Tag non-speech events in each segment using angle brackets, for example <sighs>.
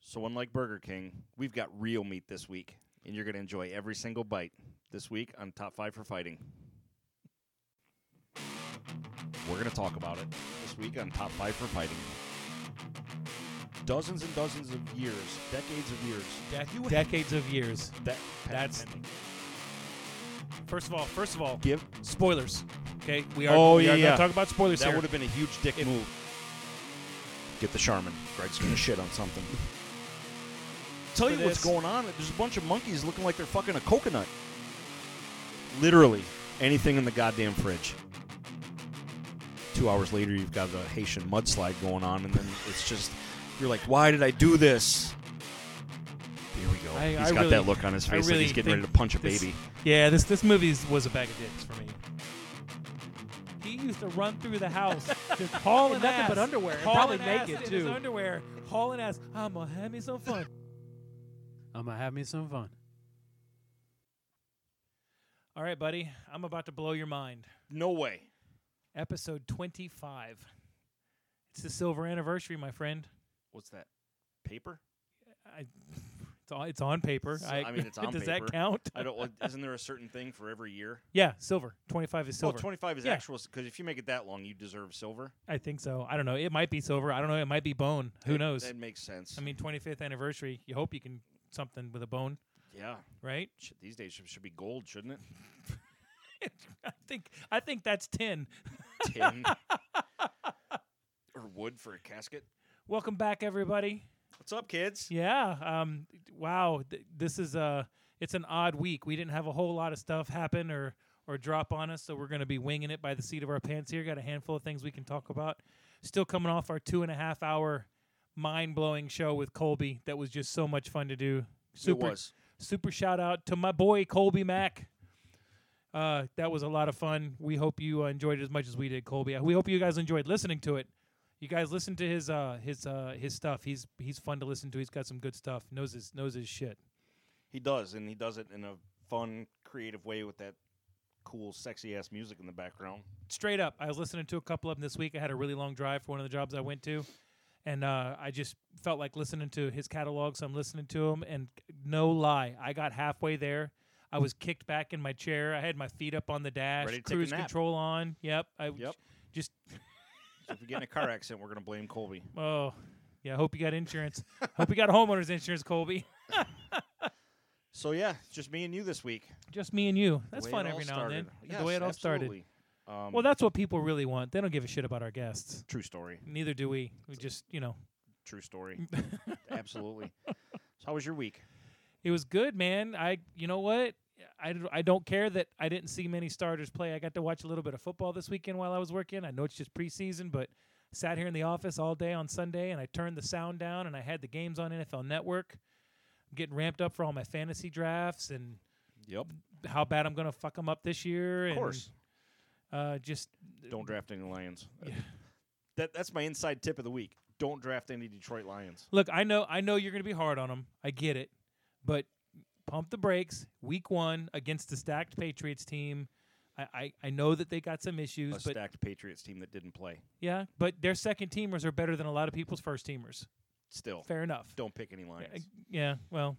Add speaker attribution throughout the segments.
Speaker 1: So unlike Burger King, we've got real meat this week, and you're going to enjoy every single bite this week on Top 5 for Fighting. We're going to talk about it this week on Top 5 for Fighting. Dozens and dozens of years, decades of years.
Speaker 2: Dec-
Speaker 1: You-
Speaker 2: decades of years.
Speaker 1: that-
Speaker 2: That's- First of all, first of all,
Speaker 1: give.
Speaker 2: spoilers. Okay, we are.
Speaker 1: Oh,
Speaker 2: we
Speaker 1: yeah,
Speaker 2: are
Speaker 1: yeah.
Speaker 2: Talk about spoilers
Speaker 1: That
Speaker 2: here.
Speaker 1: would have been a huge dick
Speaker 2: If-
Speaker 1: move. Get the Charmin. Greg's going to shit on something. Tell
Speaker 2: For
Speaker 1: you what's
Speaker 2: this-
Speaker 1: going on. There's a bunch of monkeys looking like they're fucking a coconut. Literally anything in the goddamn fridge. Two hours later, you've got the Haitian mudslide going on, and then it's just you're like, "Why did I do this?" Here we go.
Speaker 2: I-
Speaker 1: He's
Speaker 2: I
Speaker 1: got
Speaker 2: really-
Speaker 1: that look on his
Speaker 2: I
Speaker 1: face like
Speaker 2: really
Speaker 1: he's getting ready to
Speaker 2: think
Speaker 1: punch a
Speaker 2: this-
Speaker 1: baby.
Speaker 2: Yeah, this this movie is- was a bag of dicks for me. He used to run through the <laughs> house, just hauling
Speaker 3: In nothing
Speaker 2: ass,
Speaker 3: but underwear, and
Speaker 2: hauling
Speaker 3: probably
Speaker 2: ass
Speaker 3: naked,
Speaker 2: in his
Speaker 3: too.
Speaker 2: underwear, hauling ass. I'm gonna have me some fun.
Speaker 3: I'm gonna have me some fun.
Speaker 2: All right, buddy, I'm about to blow your mind.
Speaker 1: No way.
Speaker 2: Episode 25. It's the silver anniversary, my friend.
Speaker 1: What's that? Paper?
Speaker 2: I, it's on it's on paper.
Speaker 1: So- I
Speaker 2: <laughs>
Speaker 1: mean, it's on
Speaker 2: does
Speaker 1: paper.
Speaker 2: that count?
Speaker 1: I don't. <laughs> like, Isn't there a certain thing for every year?
Speaker 2: Yeah, silver. 25 is
Speaker 1: Well,
Speaker 2: silver.
Speaker 1: 25 is
Speaker 2: Yeah.
Speaker 1: actual because if you make it that long, you deserve silver.
Speaker 2: I think so. I don't know. It might be silver. I don't know. It might be bone. Who
Speaker 1: That-
Speaker 2: knows?
Speaker 1: That makes sense.
Speaker 2: I mean, 25th anniversary. You hope you can something with a bone,
Speaker 1: yeah,
Speaker 2: right? <laughs>
Speaker 1: Shit, these days should, should be gold, shouldn't it?
Speaker 2: I think I think that's 10.
Speaker 1: Tin or wood for a casket.
Speaker 2: Welcome back everybody.
Speaker 1: What's up, kids?
Speaker 2: Yeah, um wow, th- this is uh it's an odd week. We didn't have a whole lot of stuff happen or or drop on us, so we're going to be winging it by the seat of our pants here. Got a handful of things we can talk about. Still coming off our two and a half hour mind blowing show with Colby. That was just so much fun to do. Super
Speaker 1: it was.
Speaker 2: super shout out to my boy Colby Mack. Uh, that was a lot of fun. We hope you uh, enjoyed it as much as we did, Colby. We hope you guys enjoyed listening to it. You guys listen to his uh, his uh, his stuff. He's he's fun to listen to. He's got some good stuff. Knows his knows his shit.
Speaker 1: He does, and he does it in a fun, creative way with that cool, sexy ass music in the background.
Speaker 2: Straight up, I was listening to a couple of them this week. I had a really long drive for one of the jobs I went to, and uh, I just felt like listening to his catalog. So I'm listening to him, and no lie, I got halfway there. I was kicked back in my chair. I had my feet up on the dash,
Speaker 1: Ready to take a
Speaker 2: cruise
Speaker 1: nap.
Speaker 2: control on. Yep, I
Speaker 1: Yep.
Speaker 2: just
Speaker 1: So if you get in a
Speaker 2: <laughs>
Speaker 1: car accident, we're gonna blame Colby.
Speaker 2: Oh, yeah. I Hope you got insurance. <laughs> hope you got homeowners insurance, Colby. <laughs>
Speaker 1: So yeah, it's just me and you this week.
Speaker 2: Just me and you.
Speaker 1: The
Speaker 2: That's
Speaker 1: way
Speaker 2: fun
Speaker 1: it all
Speaker 2: every now and then.
Speaker 1: started.
Speaker 2: the way
Speaker 1: Yes,
Speaker 2: it all started.
Speaker 1: absolutely. Um,
Speaker 2: Well, that's what people really want. They don't give a shit about our guests.
Speaker 1: true story.
Speaker 2: Neither do we. We just, you know,
Speaker 1: True
Speaker 2: <laughs>
Speaker 1: story. absolutely. So how was your week?
Speaker 2: it was good, man. I, you know what? I, d- I don't care that I didn't see many starters play. I got to watch a little bit of football this weekend while I was working. I know it's just preseason, but sat here in the office all day on Sunday and I turned the sound down and I had the games on NFL Network. I'm getting ramped up for all my fantasy drafts and
Speaker 1: Yep.
Speaker 2: how bad I'm going to fuck them up this year.
Speaker 1: Of
Speaker 2: and,
Speaker 1: course.
Speaker 2: Uh, just
Speaker 1: Don't draft any Lions.
Speaker 2: Yeah.
Speaker 1: That that's my inside tip of the week. Don't draft any Detroit Lions.
Speaker 2: look, I know, I know you're going to be hard on them. I get it, but pump the brakes. Week one against the stacked Patriots team. I, I, I know that they got some issues,
Speaker 1: A
Speaker 2: but
Speaker 1: stacked Patriots team that didn't play.
Speaker 2: yeah, but their second teamers are better than a lot of people's first teamers.
Speaker 1: Still,
Speaker 2: Fair enough.
Speaker 1: don't pick any Lions.
Speaker 2: Yeah, yeah, well,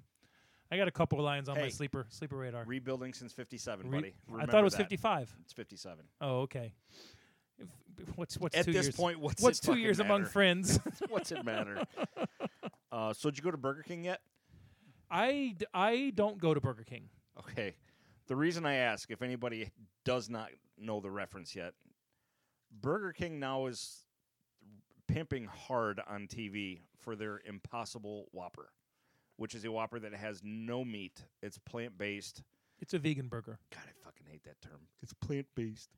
Speaker 2: I got a couple of lines on my
Speaker 1: Hey.
Speaker 2: sleeper sleeper radar.
Speaker 1: Rebuilding since '57,
Speaker 2: Re-
Speaker 1: buddy.
Speaker 2: I
Speaker 1: Remember
Speaker 2: thought it was
Speaker 1: that.
Speaker 2: 55.
Speaker 1: It's 57.
Speaker 2: Oh, okay. If- What's what's
Speaker 1: At
Speaker 2: two
Speaker 1: this
Speaker 2: years?
Speaker 1: point, what's
Speaker 2: what's
Speaker 1: it
Speaker 2: two
Speaker 1: fucking
Speaker 2: years among
Speaker 1: matter?
Speaker 2: friends? <laughs>
Speaker 1: <laughs> what's it matter? Uh, so did you go to Burger King yet?
Speaker 2: I, d- I don't go to Burger King.
Speaker 1: Okay. The reason I ask, if anybody does not know the reference yet, Burger King now is pimping hard on TV for their Impossible Whopper, which is a Whopper that has no meat. It's plant based.
Speaker 2: It's a vegan burger.
Speaker 1: God, I fucking hate that term. It's plant based.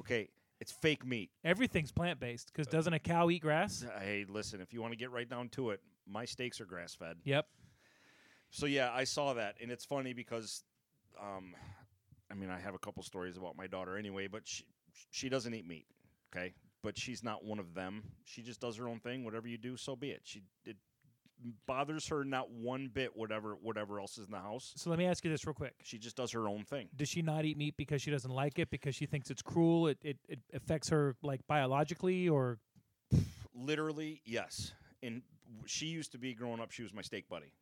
Speaker 1: Okay, it's fake meat.
Speaker 2: Everything's plant based because doesn't a cow eat grass?
Speaker 1: Hey, listen, if you want to get right down to it, my steaks are grass fed.
Speaker 2: Yep.
Speaker 1: So yeah, I saw that, and it's funny because, um, I mean, I have a couple stories about my daughter anyway, but she she doesn't eat meat, okay? But she's not one of them. She just does her own thing. Whatever you do, so be it. She it bothers her not one bit. Whatever whatever else is in the house,
Speaker 2: So let me ask you this real quick.
Speaker 1: she just does her own thing.
Speaker 2: Does she not eat meat because she doesn't like it, because she thinks it's cruel, it, it, it
Speaker 1: <laughs>
Speaker 2: affects her like biologically or
Speaker 1: Literally, yes. And w- she used to be growing up. She was my steak buddy.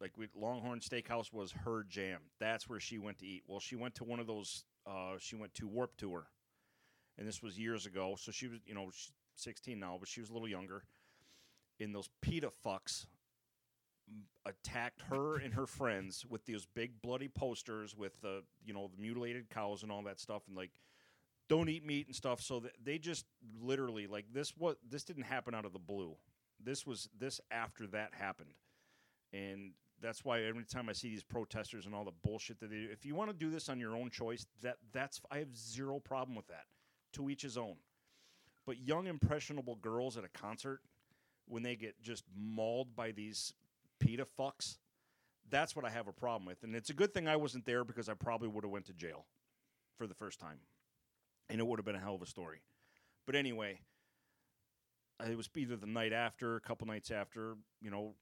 Speaker 1: Like we, Longhorn Steakhouse was her jam. That's where she went to eat. Well, she went to one of those. Uh, she went to Warp Tour, and this was years ago. So she was, you know, she's 16 now, but she was a little younger. And those PETA fucks m- attacked her and her friends with those big bloody posters with the, you know, the mutilated cows and all that stuff, and like don't eat meat and stuff. So th- they just literally like this. What this didn't happen out of the blue. This was this after that happened, and that's why every time I see these protesters and all the bullshit that they do, if you want to do this on your own choice, that that's I have zero problem with that. To each his own. But young impressionable girls at a concert, when they get just mauled by these PETA fucks, that's what I have a problem with. And it's a good thing I wasn't there because I probably would have went to jail for the first time and it would have been a hell of a story. But anyway, uh, it was either the night after, a couple nights after, you know,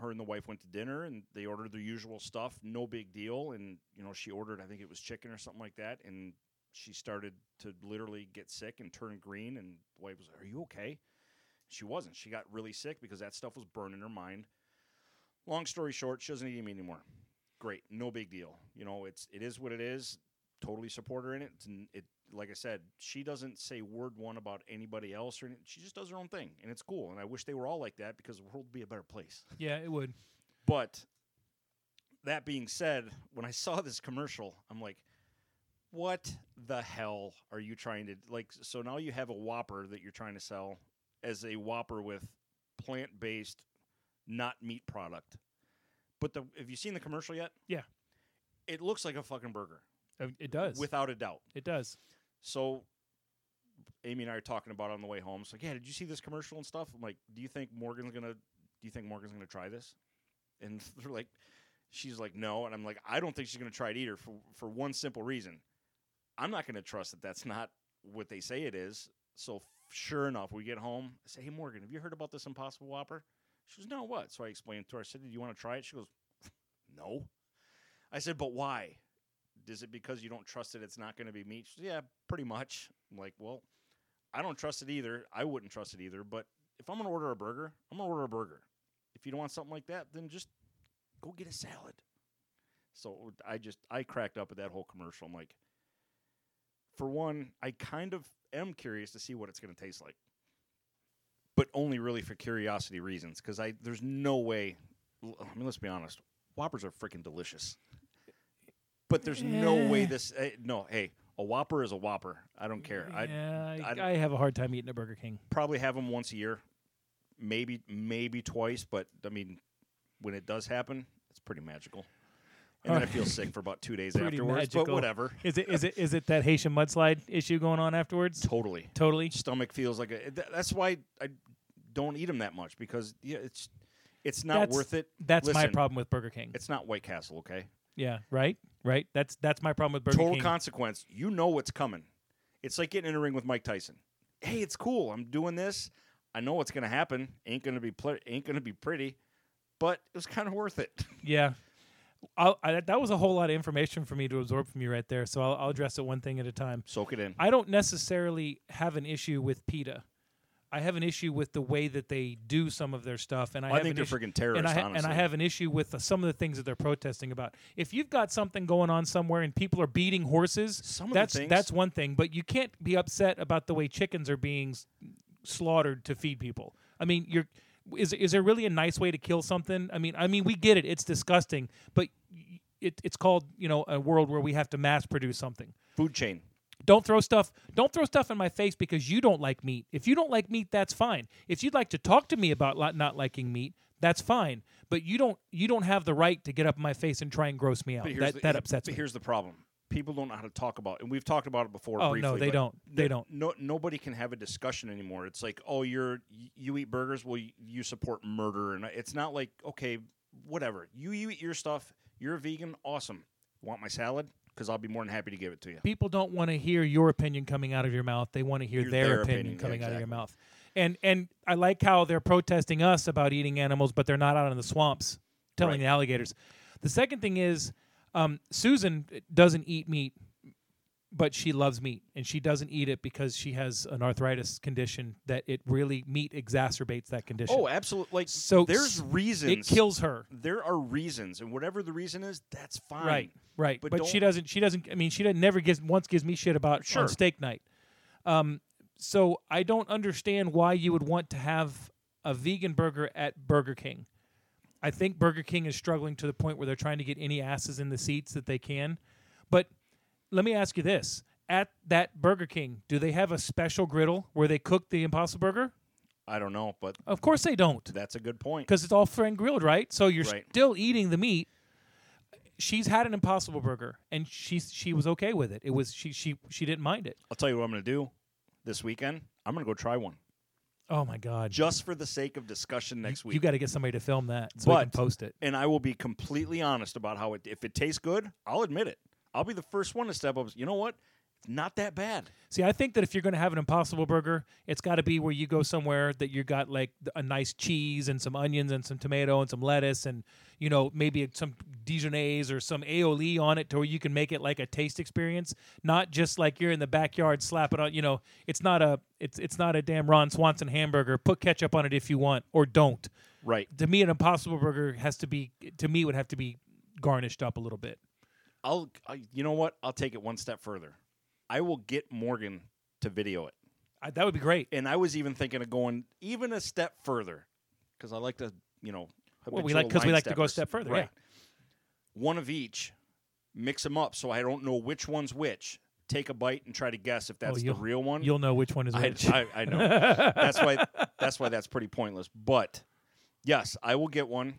Speaker 1: her and the wife went to dinner and they ordered their usual stuff, no big deal. And, you know, she ordered, I think it was chicken or something like that. And she started to literally get sick and turn green. And the wife was like, Are you okay? She wasn't. She got really sick because that stuff was burning her mind. Long story short, she doesn't eat meat anymore. Great, no big deal. You know, it's it is what it is totally support her in it. It's n- it, like I said, she doesn't say word one about anybody else or anything. She just does her own thing, and it's cool. And I wish they were all like that because the world would be a better place.
Speaker 2: Yeah, it would.
Speaker 1: But that being said, when I saw this commercial, I'm like, what the hell are you trying to like? So now you have a Whopper that you're trying to sell as a Whopper with plant based, not meat product. But the have you seen the commercial yet?
Speaker 2: Yeah.
Speaker 1: It looks like a fucking burger,
Speaker 2: Uh, It does.
Speaker 1: without a doubt.
Speaker 2: it does.
Speaker 1: So Amy and I are talking about it on the way home. It's like, yeah, did you see this commercial and stuff? I'm like, do you think Morgan's gonna do you think Morgan's gonna try this? And <laughs> they're like she's like, no. And I'm like, I don't think she's gonna try it either for for one simple reason. I'm not gonna trust that that's not what they say it is. So f- sure enough, we get home. I say, hey Morgan, have you heard about this impossible whopper? She goes, no, what? So I explained to her, I said, Do you want to try it? She goes, <laughs> No. I said, But why? Is it because you don't trust that it's not going to be meat? She said, yeah, pretty much. I'm like, well, I don't trust it either. I wouldn't trust it either. But if I'm going to order a burger, I'm going to order a burger. If you don't want something like that, then just go get a salad. So I just, I cracked up at that whole commercial. I'm like, for one, I kind of am curious to see what it's going to taste like, but only really for curiosity reasons. Because I, there's no way, l- I mean, let's be honest, Whoppers are freaking delicious. But there's no way
Speaker 2: Eh.
Speaker 1: this, eh, no, hey, a Whopper is a Whopper. I don't care. I,
Speaker 2: yeah,
Speaker 1: I'd-
Speaker 2: I, I have a hard time eating a Burger King.
Speaker 1: probably have them once a year, maybe maybe twice. But I mean, when it does happen, it's pretty magical. And then I feel sick for about two days
Speaker 2: Pretty
Speaker 1: afterwards. But
Speaker 2: magical.
Speaker 1: whatever,
Speaker 2: Is it is it is it that Haitian mudslide issue going on afterwards?
Speaker 1: totally.
Speaker 2: Totally.
Speaker 1: Stomach feels like a, th- that's why I don't eat them that much because yeah, it's it's not
Speaker 2: That's-
Speaker 1: worth it.
Speaker 2: That's my
Speaker 1: Listen,
Speaker 2: problem with Burger King.
Speaker 1: It's not White Castle, okay?
Speaker 2: Yeah, right, right. That's that's my problem with Burger
Speaker 1: Total
Speaker 2: King.
Speaker 1: consequence. You know what's coming. It's like getting in a ring with Mike Tyson. Hey, it's cool. I'm doing this. I know what's gonna happen. Ain't gonna be ple- ain't gonna be pretty, but it was kind of worth it. <laughs>
Speaker 2: yeah, I'll, I, that was a whole lot of information for me to absorb from you right there. So I'll, I'll address it one thing at a time.
Speaker 1: Soak it in.
Speaker 2: I don't necessarily have an issue with PETA. I have an issue with the way that they do some of their stuff, and I,
Speaker 1: I
Speaker 2: have
Speaker 1: think
Speaker 2: an
Speaker 1: they're
Speaker 2: issue-
Speaker 1: friggin' terrorists,
Speaker 2: And I, and
Speaker 1: honestly.
Speaker 2: I have an issue with uh, some of the things that they're protesting about. If you've got something going on somewhere and people are beating horses,
Speaker 1: Some of the
Speaker 2: that's
Speaker 1: things-
Speaker 2: that's one thing. But you can't be upset about the way chickens are being s- slaughtered to feed people. I mean, you're is is there really a nice way to kill something? I mean, I mean, we get it; it's disgusting, but. y- It, it's called you know a world where we have to mass produce something
Speaker 1: Food chain.
Speaker 2: don't throw stuff don't throw stuff in my face because you don't like meat if you don't like meat that's fine if you'd like to talk to me about li- not liking meat that's fine but you don't you don't have the right to get up in my face and try and gross me out
Speaker 1: But here's
Speaker 2: Oh, that,
Speaker 1: the,
Speaker 2: that upsets
Speaker 1: but
Speaker 2: me
Speaker 1: Here's the problem: people don't know how to talk about, and we've talked about it before.
Speaker 2: oh
Speaker 1: briefly,
Speaker 2: no they
Speaker 1: but
Speaker 2: don't they don't
Speaker 1: No, nobody can have a discussion anymore. It's like, oh, you're you eat burgers, well, you, you support murder, and it's not like, okay, whatever. You you eat your stuff. You're a vegan, awesome. Want my salad? Because I'll be more than happy to give it to you.
Speaker 2: people don't want to hear your opinion coming out of your mouth they want to hear
Speaker 1: Hear
Speaker 2: their,
Speaker 1: their
Speaker 2: opinion,
Speaker 1: opinion, yeah,
Speaker 2: coming out of your
Speaker 1: exactly.
Speaker 2: mouth and and i like how they're protesting us about eating animals but they're not out in the swamps telling
Speaker 1: Right.
Speaker 2: the alligators the second thing is um, susan doesn't eat meat but she loves meat and she doesn't eat it because she has an arthritis condition that it really meat exacerbates that condition.
Speaker 1: Oh, absolutely. Like
Speaker 2: So
Speaker 1: there's
Speaker 2: s-
Speaker 1: reasons.
Speaker 2: it kills her.
Speaker 1: There are reasons, and whatever the reason is, that's fine.
Speaker 2: Right, right.
Speaker 1: But
Speaker 2: But, she
Speaker 1: don't-
Speaker 2: doesn't. She doesn't. I mean, she doesn't, never gives once gives me shit about
Speaker 1: Sure.
Speaker 2: on steak night. Um, so I don't understand why you would want to have a vegan burger at Burger King. I think Burger King is struggling to the point where they're trying to get any asses in the seats that they can. But let me ask you this: at that Burger King, do they have a special griddle where they cook the Impossible Burger?
Speaker 1: I don't know, but
Speaker 2: Of course they don't
Speaker 1: that's a good point.
Speaker 2: because it's all friend grilled, right? So you're
Speaker 1: Right.
Speaker 2: still eating the meat. She's had an Impossible Burger, and she she was okay with it. It was she she she didn't mind it.
Speaker 1: I'll tell you what I'm going to do this weekend. I'm going to go try one
Speaker 2: Oh my god!
Speaker 1: just for the sake of discussion next week.
Speaker 2: You got to get somebody to film that so we can
Speaker 1: But-
Speaker 2: post it.
Speaker 1: and I will be completely honest about how it. If it tastes good, I'll admit it. I'll be the first one to step up. You know what? It's not that bad.
Speaker 2: See, I think that if you're going to have an Impossible Burger, it's got to be where you go somewhere that you got like th- a nice cheese and some onions and some tomato and some lettuce and you know maybe some Dijonnaise or some aioli on it, to where you can make it like a taste experience, not just like you're in the backyard slapping on. You know, it's not a it's it's not a damn Ron Swanson hamburger. Put ketchup on it if you want or don't.
Speaker 1: Right.
Speaker 2: To me, an Impossible Burger has to be to me would have to be garnished up a little bit.
Speaker 1: I'll. I, you know what? I'll take it one step further. I will get Morgan to video it.
Speaker 2: I, that would be great.
Speaker 1: And I was even thinking of going even a step further because I like to, you know,
Speaker 2: Well, we like-
Speaker 1: habitual
Speaker 2: 'cause we
Speaker 1: line
Speaker 2: like to go a
Speaker 1: steppers.
Speaker 2: step further, yeah.
Speaker 1: Right. One of each. Mix them up so I don't know which one's which. Take a bite and try to guess if that's the
Speaker 2: Oh, you'll-
Speaker 1: real one.
Speaker 2: You'll know which one is
Speaker 1: I,
Speaker 2: which.
Speaker 1: I, I know. that's <laughs> why. That's why that's pretty pointless. But yes, I will get one,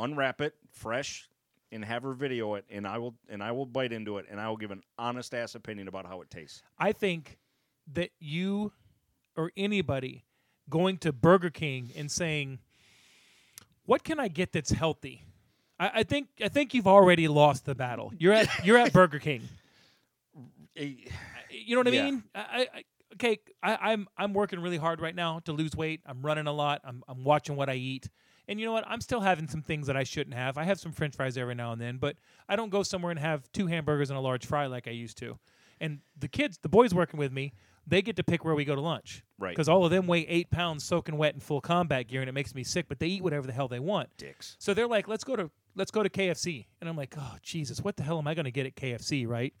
Speaker 1: unwrap it fresh, and have her video it, and I will and I will bite into it, and I will give an honest ass opinion about how it tastes.
Speaker 2: I think that you or anybody going to Burger King and saying, "What can I get that's healthy?" I, I think I think you've already lost the battle. You're at you're at Burger King.
Speaker 1: Eh,
Speaker 2: You know what I
Speaker 1: Yeah.
Speaker 2: mean? I, I, I okay. I, I'm I'm working really hard right now to lose weight. I'm running a lot. I'm I'm watching what I eat. And you know what? I'm still having some things that I shouldn't have. I have some French fries every now and then, but I don't go somewhere and have two hamburgers and a large fry like I used to. And the kids, the boys working with me, they get to pick where we go to lunch.
Speaker 1: Right.
Speaker 2: Because all of them weigh eight pounds soaking wet in full combat gear, and it makes me sick. But they eat whatever the hell they want.
Speaker 1: Dicks.
Speaker 2: So they're like, "Let's go to let's go to KFC," and I'm like, "Oh Jesus, what the hell am I going to get at KFC?" Right.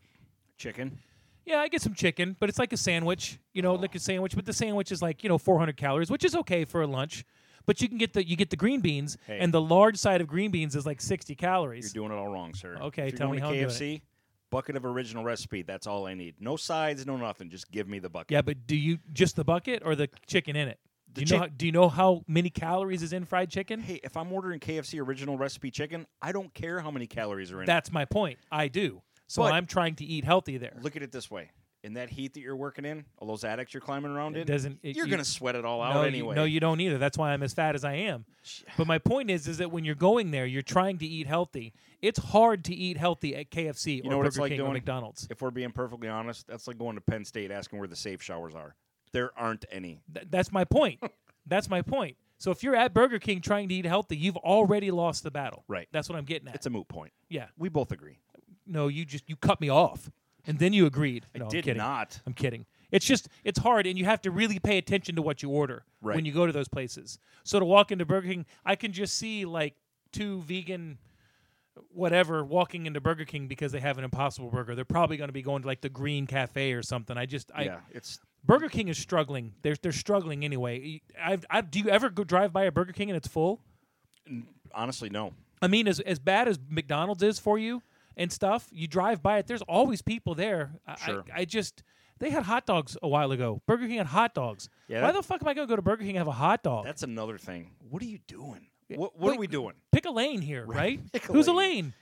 Speaker 1: Chicken.
Speaker 2: Yeah, I get some chicken, but it's like a sandwich, you know, like a sandwich. But the sandwich is like you know 400 calories, which is okay for a lunch. But you can get the you get the green beans,
Speaker 1: Hey.
Speaker 2: and the large side of green beans is like 60
Speaker 1: You're
Speaker 2: calories.
Speaker 1: doing it all wrong, sir.
Speaker 2: Okay,
Speaker 1: if you're
Speaker 2: tell
Speaker 1: going
Speaker 2: me how I'm
Speaker 1: to
Speaker 2: doing
Speaker 1: KFC. Bucket of original recipe. That's all I need. No sides. No nothing. Just give me the bucket.
Speaker 2: Yeah, but do you just the bucket or the chicken in it?
Speaker 1: The
Speaker 2: Do you know
Speaker 1: chick-
Speaker 2: how, do you know how many calories is in fried chicken?
Speaker 1: Hey, if I'm ordering KFC original recipe chicken, I don't care how many calories are in
Speaker 2: That's my point. I do. So
Speaker 1: But-
Speaker 2: I'm trying to eat healthy there.
Speaker 1: it. Look at it this way. In that heat that you're working in, all those attics you're climbing around
Speaker 2: It
Speaker 1: in,
Speaker 2: doesn't- it-
Speaker 1: you're
Speaker 2: you-
Speaker 1: going to sweat it all
Speaker 2: no,
Speaker 1: out
Speaker 2: you-
Speaker 1: anyway.
Speaker 2: no, you don't either. That's why I'm as fat as I am. But my point is, is that when you're going there, you're trying to eat healthy. It's hard to eat healthy at KFC or
Speaker 1: know what
Speaker 2: Burger
Speaker 1: it's like
Speaker 2: King or
Speaker 1: doing-
Speaker 2: McDonald's.
Speaker 1: if we're being perfectly honest, that's like going to Penn State asking where the safe showers are. There aren't any.
Speaker 2: Th- that's
Speaker 1: <laughs>
Speaker 2: my point. that's my point. So if you're at Burger King trying to eat healthy, you've already lost the battle.
Speaker 1: Right.
Speaker 2: That's what I'm getting at.
Speaker 1: It's a moot point.
Speaker 2: yeah.
Speaker 1: We both agree.
Speaker 2: No, you just you cut me off, and then you agreed. No,
Speaker 1: I
Speaker 2: I'm
Speaker 1: did
Speaker 2: kidding.
Speaker 1: not.
Speaker 2: I'm kidding. It's just it's hard, and you have to really pay attention to what you order
Speaker 1: Right.
Speaker 2: when you go to those places. So to walk into Burger King, I can just see like two vegan, whatever, walking into Burger King because they have an Impossible Burger. They're probably going to be going to like the Green Cafe or something. I just I
Speaker 1: yeah, it's
Speaker 2: Burger King is struggling. They're they're struggling anyway. I I do you ever go drive by a Burger King and it's full?
Speaker 1: honestly no.
Speaker 2: I mean, as as bad as McDonald's is for you and stuff, you drive by it. There's always people there. I,
Speaker 1: Sure.
Speaker 2: I, I just they had hot dogs a while ago. Burger King had hot dogs.
Speaker 1: Yeah,
Speaker 2: Why
Speaker 1: that-
Speaker 2: the fuck am I gonna go to Burger King and have a hot dog?
Speaker 1: That's another thing. What are you doing? What, what
Speaker 2: Wait,
Speaker 1: are we doing?
Speaker 2: Pick a lane here, right?
Speaker 1: <laughs> Pick a
Speaker 2: Who's a
Speaker 1: lane.
Speaker 2: lane?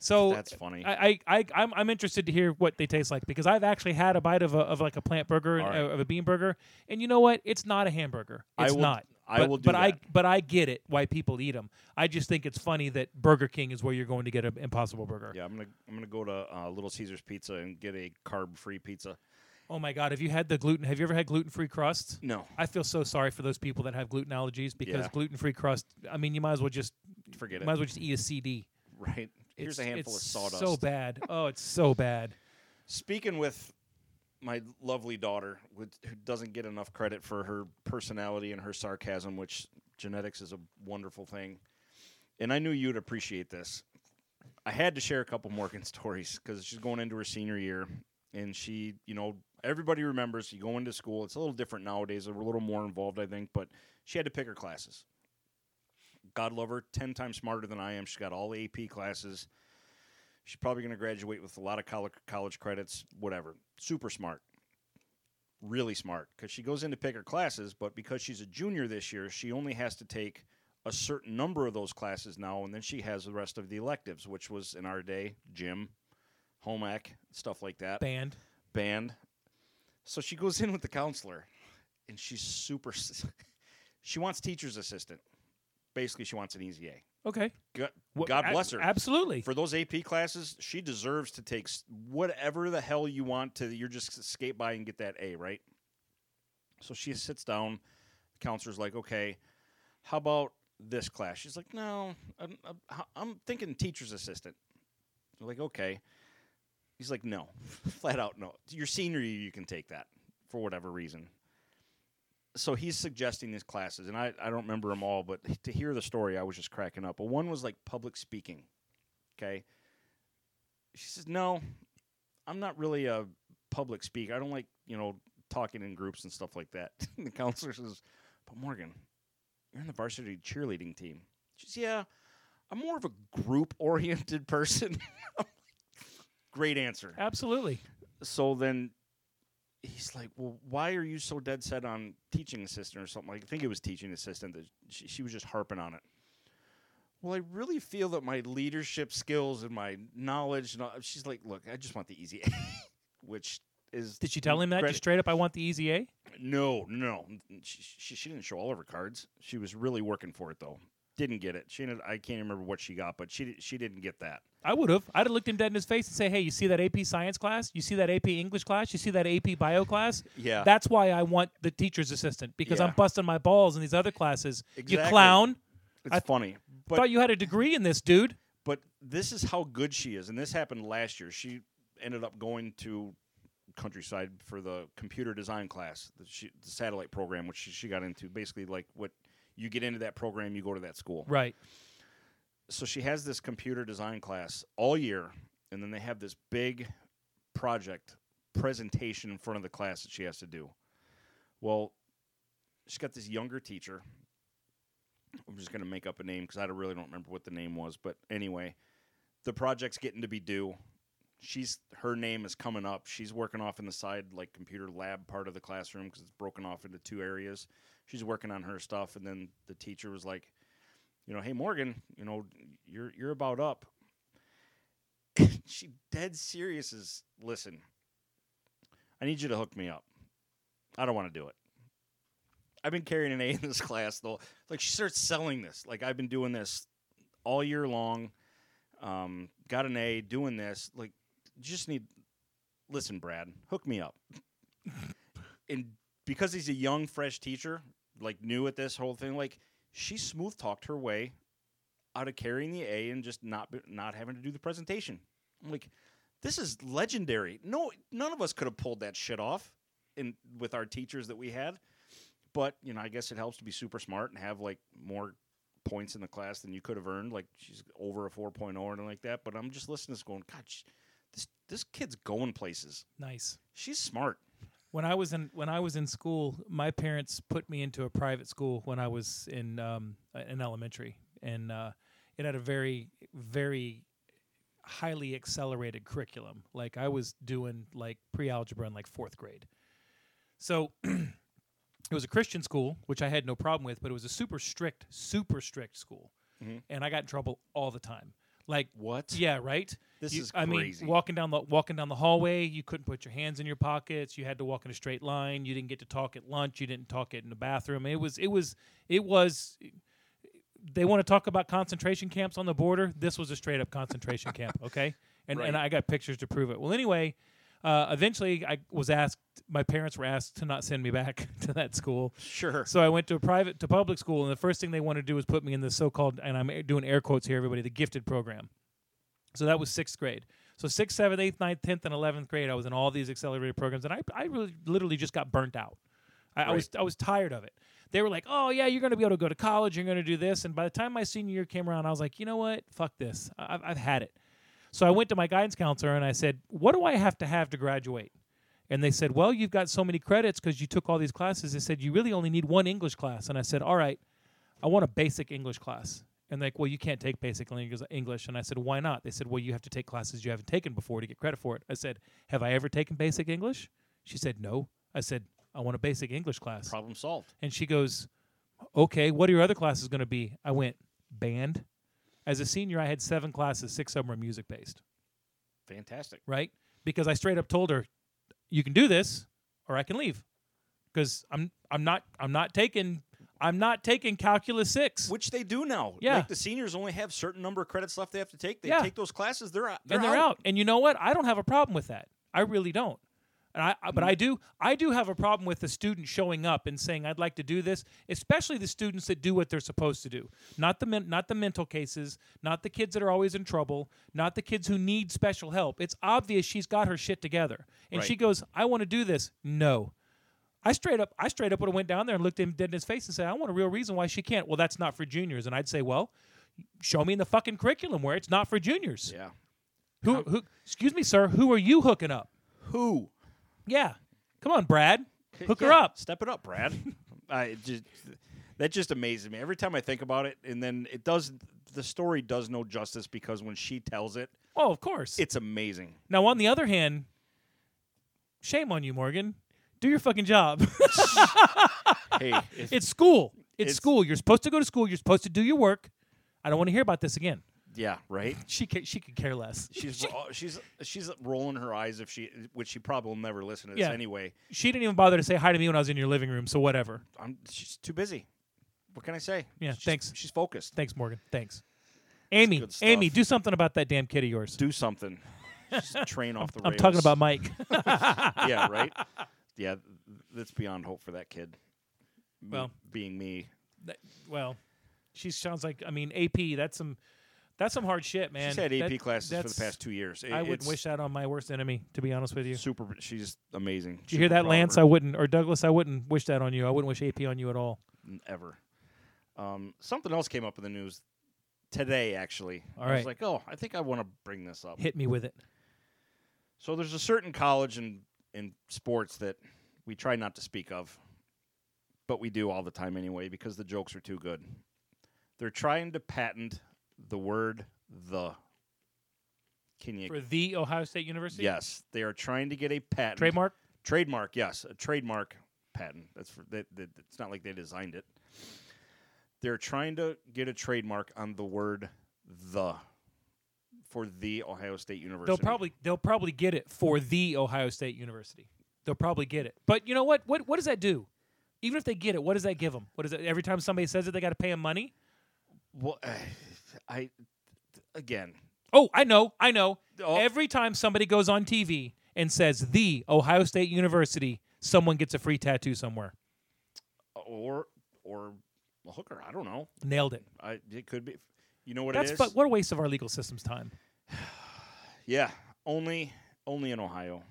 Speaker 2: So
Speaker 1: That's funny.
Speaker 2: I, I, I I'm, I'm interested to hear what they taste like because I've actually had a bite of a, of like a plant burger
Speaker 1: All right.
Speaker 2: uh, of a bean burger, and you know what? It's not a hamburger.
Speaker 1: I
Speaker 2: It's
Speaker 1: will-
Speaker 2: not.
Speaker 1: I
Speaker 2: but,
Speaker 1: will do
Speaker 2: but I
Speaker 1: that.
Speaker 2: but I get it why people eat them. I just think it's funny that Burger King is where you're going to get an Impossible Burger.
Speaker 1: Yeah, I'm gonna I'm gonna go to uh, Little Caesars Pizza and get a carb free pizza.
Speaker 2: Oh my God! Have you had the gluten? Have you ever had gluten free crust?
Speaker 1: No,
Speaker 2: I feel so sorry for those people that have gluten allergies because
Speaker 1: Yeah.
Speaker 2: gluten free crust. I mean, you might as well just
Speaker 1: forget it.
Speaker 2: might as well just eat a CD.
Speaker 1: Right? Here's
Speaker 2: It's-
Speaker 1: a handful of
Speaker 2: it's
Speaker 1: sawdust.
Speaker 2: So bad. Oh, it's so bad.
Speaker 1: Speaking with my lovely daughter, with, who doesn't get enough credit for her personality and her sarcasm, which genetics is a wonderful thing. And I knew you'd appreciate this. I had to share a couple Morgan <laughs> stories because she's going into her senior year, and she, you know, everybody remembers you go into school. It's a little different nowadays; they're a little more involved, I think. But she had to pick her classes. God love her, ten times smarter than I am. She's got all AP classes. She's probably going to graduate with a lot of college, college credits, whatever. Super smart. Really smart because she goes in to pick her classes, but because she's a junior this year, she only has to take a certain number of those classes now, and then she has the rest of the electives, which was in our day gym, home ec, stuff like that,
Speaker 2: Band.
Speaker 1: band. So she goes in with the counselor, and she's super. s- <laughs> she wants teacher's assistant. Basically, she wants an easy A.
Speaker 2: Okay.
Speaker 1: God,
Speaker 2: Wha-
Speaker 1: God
Speaker 2: ab-
Speaker 1: bless her.
Speaker 2: Absolutely.
Speaker 1: For those AP classes, she deserves to take s- whatever the hell you want to. You're just skate by and get that A, right? So she sits down. The counselor's like, "Okay, how about this class?" She's like, "No, I'm, I'm- I'm thinking teacher's assistant." They're like, "Okay." He's like, "No, <laughs> flat out no. Your senior year, you can take that for whatever reason." So he's suggesting these classes, and I, I don't remember them all, but to hear the story, I was just cracking up. But one was like public speaking okay she says no i'm not really a public speaker i don't like you know talking in groups and stuff like that <laughs> the counselor says but morgan you're in the varsity cheerleading team she says yeah i'm more of a group oriented <laughs> person great answer
Speaker 2: Absolutely.
Speaker 1: so then he's like, "Well, why are you so dead set on teaching assistant or something?" Like I think it was teaching assistant that she, she was just harping on it. Well, I really feel that my leadership skills and my knowledge and all, she's like, "Look, I just want the easy A," <laughs> which is
Speaker 2: Did she tell him that
Speaker 1: mm, credit-
Speaker 2: just straight up? I want the easy A.
Speaker 1: no, no. She, she, she didn't show all of her cards. She was really working for it though. Didn't get it. She didn't, I can't remember what she got, but she di- she didn't get that.
Speaker 2: I would have. I'd have looked him dead in his face and say, "Hey, you see that AP Science class? You see that AP English class? You see that AP Bio class?
Speaker 1: Yeah.
Speaker 2: That's why I want the teacher's assistant because I'm
Speaker 1: Yeah.
Speaker 2: busting my balls in these other classes. You
Speaker 1: Exactly.
Speaker 2: clown!
Speaker 1: It's
Speaker 2: I-
Speaker 1: funny. But
Speaker 2: Thought you had a degree in this, dude.
Speaker 1: but this is how good she is and this happened last year she ended up going to countryside for the computer design class the, she, the satellite program which she, she got into basically like what you get into that program you go to that school
Speaker 2: Right.
Speaker 1: so she has this computer design class all year and then they have this big project presentation in front of the class that she has to do well she's got this younger teacher i'm just going to make up a name because i don't- really don't remember what the name was but anyway the project's getting to be due she's her name is coming up she's working off in the side like computer lab part of the classroom because it's broken off into two areas she's working on her stuff and then the teacher was like you know, hey Morgan, you know, you're you're about up. <laughs> she dead serious is listen. I need you to hook me up. I don't want to do it. I've been carrying an A in this <laughs> class though. Like she starts selling this. Like I've been doing this all year long. Um, got an A doing this. Like just need listen, Brad, hook me up. and because he's a young, fresh teacher, like new at this whole thing, like she smooth talked her way out of carrying the A and just not be- not having to do the presentation. I'm like, this is legendary. No, none of us could have pulled that shit off in with our teachers that we had. But you know, I guess it helps to be super smart and have like more points in the class than you could have earned. Like she's over a 4.0 or anything like that. But I'm just listening to this going, God, sh this this kid's going places.
Speaker 2: Nice.
Speaker 1: She's smart.
Speaker 2: When I was in when I was in school, my parents put me into a private school when I was in um, in elementary, and uh, it had a very very highly accelerated curriculum. Like I was doing like pre algebra in like fourth grade, so <clears throat> it was a Christian school, which I had no problem with, but it was a super strict, super strict school,
Speaker 1: Mhm.
Speaker 2: and I got in trouble all the time. Like
Speaker 1: What?
Speaker 2: yeah, right.
Speaker 1: This
Speaker 2: You-
Speaker 1: is
Speaker 2: I mean,
Speaker 1: crazy.
Speaker 2: walking down the walking down the hallway, you couldn't put your hands in your pockets. You had to walk in a straight line. You didn't get to talk at lunch. You didn't talk it in the bathroom. It was it was it was. They want to talk about concentration camps on the border. This was a straight up
Speaker 1: <laughs>
Speaker 2: concentration camp. Okay, and and
Speaker 1: Right.
Speaker 2: I got pictures to prove it. Well, anyway. Uh, eventually, I was asked. My parents were asked to not send me back <laughs> to that school,
Speaker 1: Sure.
Speaker 2: so I went to a private to public school, and the first thing they wanted to do was put me in the so-called and I'm air- doing air quotes here, everybody, the gifted program. So that was sixth grade. So sixth, seventh, eighth, ninth, tenth, and eleventh grade, I was in all these accelerated programs, and I, I really literally just got burnt out. I, I was I was tired of it. They were like, "Oh yeah, you're going to be able to go to college. You're going to do this." And by the time my senior year came around, I was like, "You know what? Fuck this. I- I've, I've had it." So I went to my guidance counselor and I said, "What do I have to have to graduate?" And they said, "Well, you've got so many credits because you took all these classes." They said, "You really only need one English class." And I said, "All right, I want a basic English class." And they're like, "Well, you can't take basic lang- English." And I said, "Why not?" They said, "Well, you have to take classes you haven't taken before to get credit for it." I said, "Have I ever taken basic English?" She said, "No." I said, "I want a basic English class."
Speaker 1: Problem solved.
Speaker 2: And she goes, Okay, what are your other classes going to be? I went, Band. As a senior, I had seven classes, six of them were music based,
Speaker 1: Fantastic.
Speaker 2: right? Because I straight up told her, You can do this or I can leave. Because I'm I'm not I'm not taking I'm not taking calculus six.
Speaker 1: Which they do now.
Speaker 2: Yeah.
Speaker 1: Like the seniors only have certain number of credits left they have to take. They
Speaker 2: Yeah.
Speaker 1: take those classes, they're out.
Speaker 2: and they're out. And you know what? I don't have a problem with that. I really don't. And I, I- but I do, I do have a problem with the student showing up and saying, "I'd like to do this," especially the students that do what they're supposed to do. Not the men, not the mental cases, not the kids that are always in trouble, not the kids who need special help. It's obvious she's got her shit together, and she
Speaker 1: Right.
Speaker 2: goes, "I want to do this." No, I straight up, I straight up would have went down there and looked him dead in his face and said, "I want a real reason why she can't." Well, that's not for juniors, and I'd say, "Well, show me in the fucking curriculum where it's not for juniors."
Speaker 1: Yeah.
Speaker 2: Who, who? Excuse me, sir. Who are you hooking up?
Speaker 1: Who?
Speaker 2: Yeah, come on, Brad. Hook her
Speaker 1: Yeah,
Speaker 2: up.
Speaker 1: Step it up, Brad. <laughs> I just that just amazes me every time I think about it, and then it does. The story does no justice because when she tells it,
Speaker 2: Oh, of course.
Speaker 1: it's
Speaker 2: <laughs>
Speaker 1: amazing.
Speaker 2: now, on the other hand, shame on you, Morgan. Do your fucking job. <laughs>
Speaker 1: Hey, if,
Speaker 2: it's school. It's,
Speaker 1: It's-
Speaker 2: school. You're supposed to go to school. You're supposed to do your work. I don't want to hear about this again.
Speaker 1: yeah,
Speaker 2: <laughs>
Speaker 1: right.
Speaker 2: She ca- she could care less.
Speaker 1: She's ro- she's she's rolling her eyes if she, which she probably will never listen to this
Speaker 2: Yeah.
Speaker 1: anyway.
Speaker 2: She didn't even bother to say hi to me when I was in your living room. So whatever.
Speaker 1: I'm she's too busy. What can I say?
Speaker 2: Yeah,
Speaker 1: She's-
Speaker 2: thanks.
Speaker 1: She's focused.
Speaker 2: Thanks, Morgan. Thanks. Amy,
Speaker 1: good stuff.
Speaker 2: Amy, do something about that damn kid of yours.
Speaker 1: Do something. She's a train off the
Speaker 2: <laughs> I'm
Speaker 1: rails.
Speaker 2: talking about Mike. <laughs>
Speaker 1: yeah, right. Yeah, th- that's beyond hope for that kid. Me-
Speaker 2: Well.
Speaker 1: being me,
Speaker 2: that, well, she sounds like I mean AP. That's some that's some hard shit, man.
Speaker 1: she's had AP
Speaker 2: That-
Speaker 1: classes for
Speaker 2: that's-
Speaker 1: the past two years. It-
Speaker 2: I wouldn't
Speaker 1: it's
Speaker 2: wish that on my worst enemy. To be honest with you, did
Speaker 1: Super. She's amazing.
Speaker 2: you hear
Speaker 1: Super
Speaker 2: that,
Speaker 1: proud
Speaker 2: Lance?
Speaker 1: of
Speaker 2: I
Speaker 1: her.
Speaker 2: wouldn't or Douglas. I wouldn't wish that on you. I wouldn't wish AP on you at all.
Speaker 1: N- ever. Um, something else came up in the news today. Actually,
Speaker 2: All
Speaker 1: I was
Speaker 2: right.
Speaker 1: like, oh, I think I want to bring this up.
Speaker 2: Hit me with it.
Speaker 1: So there's a certain college in in sports that we try not to speak of, but we do all the time anyway because the jokes are too good. They're trying to patent the word the. Can you
Speaker 2: For the Ohio State University,
Speaker 1: Yes, they are trying to get a patent
Speaker 2: trademark.
Speaker 1: Trademark, yes, a trademark patent. That's for that. that it's not like they designed it. They're trying to get a trademark on the word "the" for the Ohio State University.
Speaker 2: They'll probably they'll probably get it for the Ohio State University. They'll probably get it. But you know what? What what does that do? Even if they get it, what does that give them? What is it? Every time somebody says it, they got to pay them money.
Speaker 1: Well, <sighs> I again.
Speaker 2: Oh, I know, I know.
Speaker 1: Oh.
Speaker 2: Every time somebody goes on TV and says the Ohio State University, someone gets a free tattoo somewhere.
Speaker 1: or or a hooker. I don't know.
Speaker 2: Nailed it.
Speaker 1: I it could be. You know what
Speaker 2: That's
Speaker 1: it is?
Speaker 2: fu- what a waste of our legal system's time.
Speaker 1: yeah, only only in Ohio.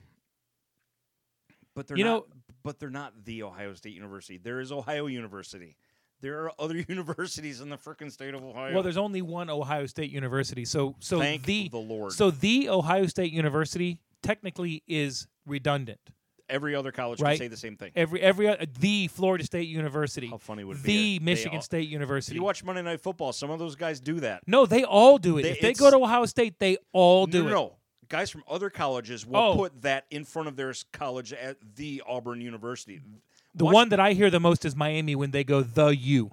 Speaker 1: But they're
Speaker 2: You
Speaker 1: not,
Speaker 2: know-
Speaker 1: but they're not the Ohio State University. There is Ohio University. There are other <laughs> universities in the frickin' state of Ohio.
Speaker 2: Well, there's only one Ohio State University, so so
Speaker 1: Thank
Speaker 2: the,
Speaker 1: the Lord.
Speaker 2: so the Ohio State University technically is redundant.
Speaker 1: every other college
Speaker 2: Right.
Speaker 1: can say the same thing.
Speaker 2: Every every uh, the Florida State University,
Speaker 1: How funny would it be
Speaker 2: the
Speaker 1: if they
Speaker 2: Michigan
Speaker 1: all-
Speaker 2: State
Speaker 1: If
Speaker 2: University.
Speaker 1: you watch Monday Night Football, some of those guys do that.
Speaker 2: no, they all do it.
Speaker 1: They-
Speaker 2: if they
Speaker 1: it's-
Speaker 2: go to Ohio State, they all do
Speaker 1: no,
Speaker 2: it.
Speaker 1: no, no. guys from other colleges will
Speaker 2: Oh.
Speaker 1: put that in front of their s- college at the Auburn University.
Speaker 2: The
Speaker 1: Watch-
Speaker 2: one that I hear the most is Miami when they go the U.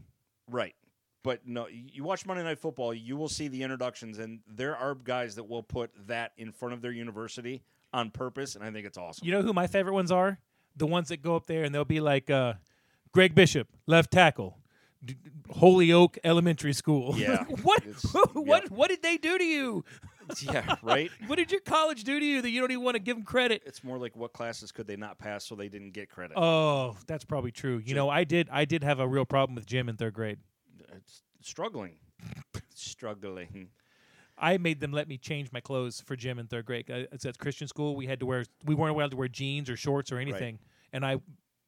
Speaker 1: Right. But no, you watch Monday Night Football, you will see the introductions, and there are guys that will put that in front of their university on purpose, and I think it's awesome. <laughs>
Speaker 2: You know who my favorite ones are? The ones that go up there and they'll be like uh, Greg Bishop, left tackle, D- D- Holyoke Elementary School.
Speaker 1: Yeah,
Speaker 2: <laughs> what?
Speaker 1: it's-
Speaker 2: what?
Speaker 1: yeah.
Speaker 2: What did they do to you?
Speaker 1: yeah, right?
Speaker 2: What did your college do to you that you don't even want to give them credit?
Speaker 1: It's more like what classes could they not pass so they didn't get credit.
Speaker 2: Oh, that's probably true. You know, I did. I did have a real problem with Jim in third grade.
Speaker 1: It's struggling. struggling.
Speaker 2: I made them let me change my clothes for gym in third grade. Uh, It's at Christian school. We had to wear we weren't allowed to wear jeans or shorts or anything. And I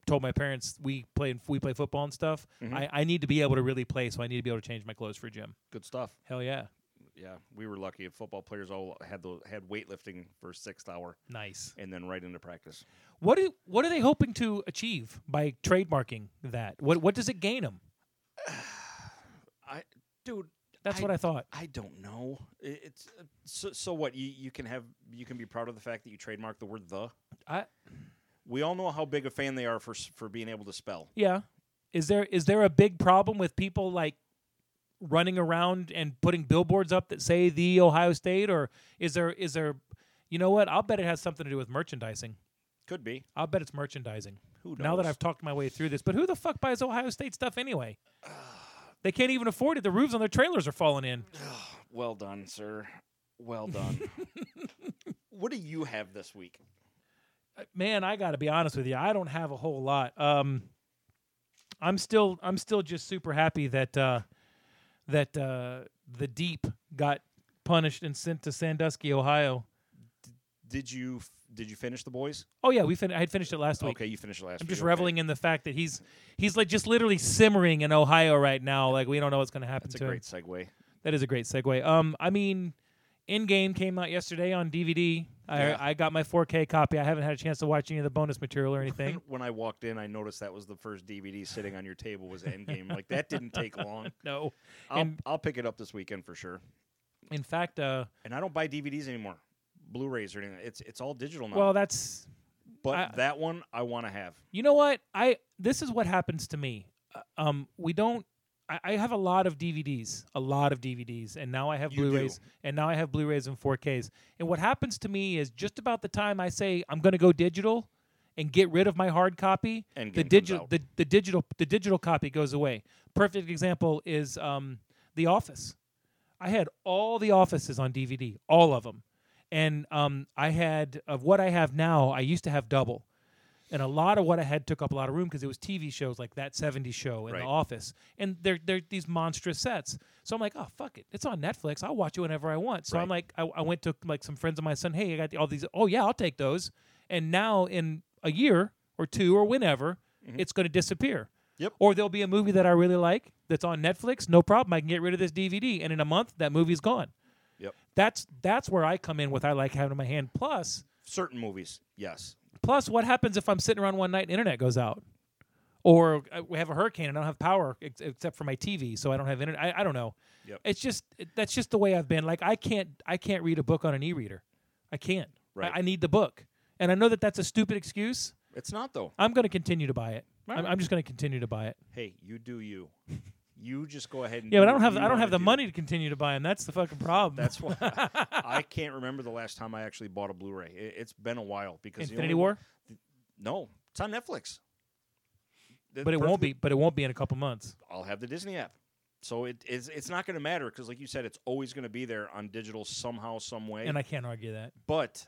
Speaker 2: told my parents we play we play football and stuff.
Speaker 1: Mhm.
Speaker 2: I, I need to be able to really play, so I need to be able to change my clothes for gym.
Speaker 1: Good stuff.
Speaker 2: Hell yeah,
Speaker 1: Yeah, we were lucky. Football players all had the had weightlifting for sixth hour
Speaker 2: nice.
Speaker 1: and then right into practice.
Speaker 2: What do what are they hoping to achieve by trademarking that? What what does it gain them?
Speaker 1: I, dude,
Speaker 2: That's what I thought.
Speaker 1: I don't know. I- It's uh, so, so what you you can have you can be proud of the fact that you trademarked the word the.
Speaker 2: I
Speaker 1: We all know how big a fan they are for s- for being able to spell.
Speaker 2: yeah. Is there is there a big problem with people like running around and putting billboards up that say the Ohio State or is there is there you know what? I'll bet it has something to do with merchandising.
Speaker 1: Could be.
Speaker 2: I'll bet it's merchandising.
Speaker 1: Who
Speaker 2: Now that
Speaker 1: knows?
Speaker 2: I've talked my way through this, but who the fuck buys Ohio State stuff anyway? They can't even afford it. The roofs on their trailers are falling in.
Speaker 1: Well done, sir. Well done.
Speaker 2: <laughs>
Speaker 1: what do you have this week?
Speaker 2: man, I got to be honest with you. I don't have a whole lot. Um, I'm still I'm still just super happy that uh, that uh, the deep got punished and sent to Sandusky, Ohio.
Speaker 1: Did you f- did you finish the boys?
Speaker 2: Oh yeah, we fin- I had finished it last week.
Speaker 1: Okay, you finished last.
Speaker 2: I'm
Speaker 1: week,
Speaker 2: just
Speaker 1: okay.
Speaker 2: reveling in the fact that he's he's like just literally simmering in Ohio right now. Like we don't know what's going to happen
Speaker 1: That's a
Speaker 2: to him.
Speaker 1: great segue.
Speaker 2: That is a great segue. Um, I mean, In Game came out yesterday on DVD.
Speaker 1: Yeah.
Speaker 2: I I got my 4K copy. I haven't had a chance to watch any of the bonus material or anything.
Speaker 1: <laughs> When I walked in, I noticed that was the first DVD sitting on your table was Endgame. like that didn't take long.
Speaker 2: <laughs> no.
Speaker 1: I'll,
Speaker 2: And-
Speaker 1: I'll pick it up this weekend for sure.
Speaker 2: In fact, uh,
Speaker 1: And I don't buy DVDs anymore, Blu-rays or anything. It's it's all digital now.
Speaker 2: Well, that's
Speaker 1: but
Speaker 2: I-
Speaker 1: that one I want to have.
Speaker 2: you know what I. This is what happens to me. Uh, Um, we don't. I, I have a lot of DVDs, a lot of DVDs, and now I have
Speaker 1: You do.
Speaker 2: Blu-rays, and now I have Blu-rays and 4Ks. And what happens to me is just about the time I say I'm going to go digital and get rid of my hard copy,
Speaker 1: Endgame
Speaker 2: the
Speaker 1: comes
Speaker 2: digital,
Speaker 1: out.
Speaker 2: the, the digital, the digital copy goes away. Perfect example is um, The Office. I had all the offices on DVD, all of them. And um, I had, of what I have now, I used to have double. And a lot of what I had took up a lot of room because it was TV shows like that 70s show and
Speaker 1: Right.
Speaker 2: The Office. And they're, they're these monstrous sets. So I'm like, oh, fuck it. It's on Netflix. I'll watch it whenever I want. So I'm like, I, I went to like some friends of my son, hey, I got all these. Oh, yeah, I'll take those. And now in a year or two or whenever, it's going to disappear.
Speaker 1: Mm-hmm. Yep.
Speaker 2: Or there'll be a movie that I really like that's on Netflix. No problem. I can get rid of this DVD, and in a month, that movie's gone.
Speaker 1: Yep.
Speaker 2: That's that's where I come in with I like having in my hand. Plus,
Speaker 1: Certain movies, yes.
Speaker 2: plus, what happens if I'm sitting around one night and internet goes out, or uh, we have a hurricane and I don't have power ex- except for my TV, so I don't have internet. I, I don't know.
Speaker 1: Yep.
Speaker 2: It's just it- that's just the way I've been. Like I can't I can't read a book on an e-reader. I can't. I-
Speaker 1: Right.
Speaker 2: I, need the book, and I know that that's a stupid excuse.
Speaker 1: It's not though.
Speaker 2: I'm going to continue to buy it.
Speaker 1: All
Speaker 2: I'm,
Speaker 1: right.
Speaker 2: I'm just going to continue to buy it.
Speaker 1: Hey, you do you. You just go ahead and
Speaker 2: Yeah, but
Speaker 1: do
Speaker 2: I don't
Speaker 1: what
Speaker 2: have
Speaker 1: you
Speaker 2: I don't
Speaker 1: wanna
Speaker 2: have the
Speaker 1: do.
Speaker 2: money to continue to buy them. That's the fucking problem. <laughs>
Speaker 1: That's why I can't remember the last time I actually bought a Blu-ray. It, it's been a while because the
Speaker 2: Infinity
Speaker 1: only-
Speaker 2: War,
Speaker 1: No, it's on Netflix. The
Speaker 2: but it won't
Speaker 1: perfectly-
Speaker 2: be. But it won't be in a couple months.
Speaker 1: I'll have the Disney app. So it is. It's not going to matter because, like you said, it's always going to be there on digital somehow, some way.
Speaker 2: And I can't argue that.
Speaker 1: but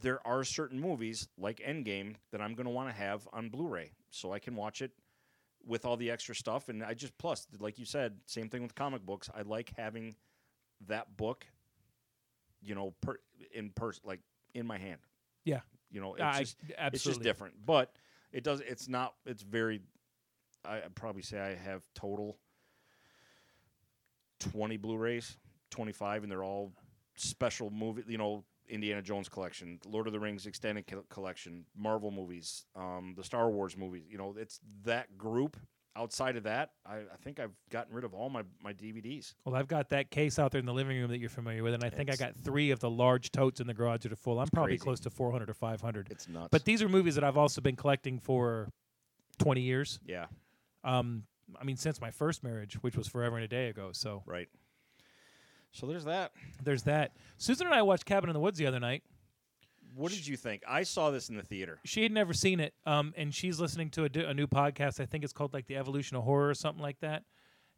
Speaker 1: there are certain movies like Endgame that I'm going to want to have on Blu-ray so I can watch it with all the extra stuff. And I just plus, like you said, same thing with comic books. I like having that book, you know, per, in person, like in my hand.
Speaker 2: Yeah.
Speaker 1: you know, it's
Speaker 2: I,
Speaker 1: just
Speaker 2: absolutely.
Speaker 1: it's just different. But it does. It's not. It's very. I, I'd probably say I have total twenty Blu-rays, twenty-five, and they're all special movie. You know, Indiana Jones collection, Lord of the Rings extended co- collection, Marvel movies, um, the Star Wars movies. You know, it's that group. Outside of that, I, I think I've gotten rid of all my, my DVDs.
Speaker 2: Well, I've got that case out there in the living room that you're familiar with, and I think I
Speaker 1: It's-
Speaker 2: got three of the large totes in the garage that are full. I'm probably
Speaker 1: crazy.
Speaker 2: close to 400 or 500.
Speaker 1: It's nuts.
Speaker 2: But these are movies that I've also been collecting for 20 years.
Speaker 1: yeah,
Speaker 2: Um, I mean, since my first marriage, which was forever and a day ago. So
Speaker 1: right. So there's that.
Speaker 2: there's that. Susan and I watched Cabin in the Woods the other night.
Speaker 1: What did you think? I saw this in the theater.
Speaker 2: she had never seen it um, and she's listening to a, di- a new podcast i think it's called like the evolution of horror or something like that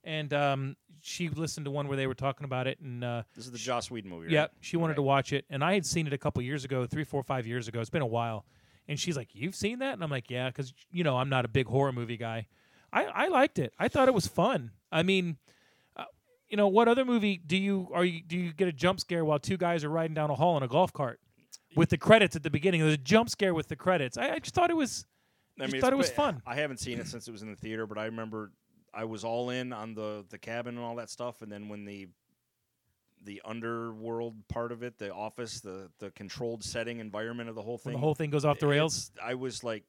Speaker 2: and um, she listened to one where they were talking about it and uh,
Speaker 1: This is the Joss Whedon movie.
Speaker 2: yeah
Speaker 1: right?
Speaker 2: she wanted to
Speaker 1: Right.
Speaker 2: watch it and i had seen it a couple years ago three four five years ago it's been a while and she's like you've seen that and i'm like yeah because you know i'm not a big horror movie guy I, I liked it i thought it was fun i mean uh, you know, what other movie do you are you do you get a jump scare while two guys are riding down a hall in a golf cart with the credits at the beginning? There's a jump scare with the credits. I, I just thought it was.
Speaker 1: I
Speaker 2: Just
Speaker 1: mean,
Speaker 2: thought
Speaker 1: it's
Speaker 2: it was
Speaker 1: ba-
Speaker 2: fun.
Speaker 1: I haven't seen it since it was in the theater, but I remember I was all in on the the cabin and all that stuff, and then when the the underworld part of it, the office, the the controlled setting environment of the whole thing,
Speaker 2: When the whole thing goes off the rails.
Speaker 1: I was like,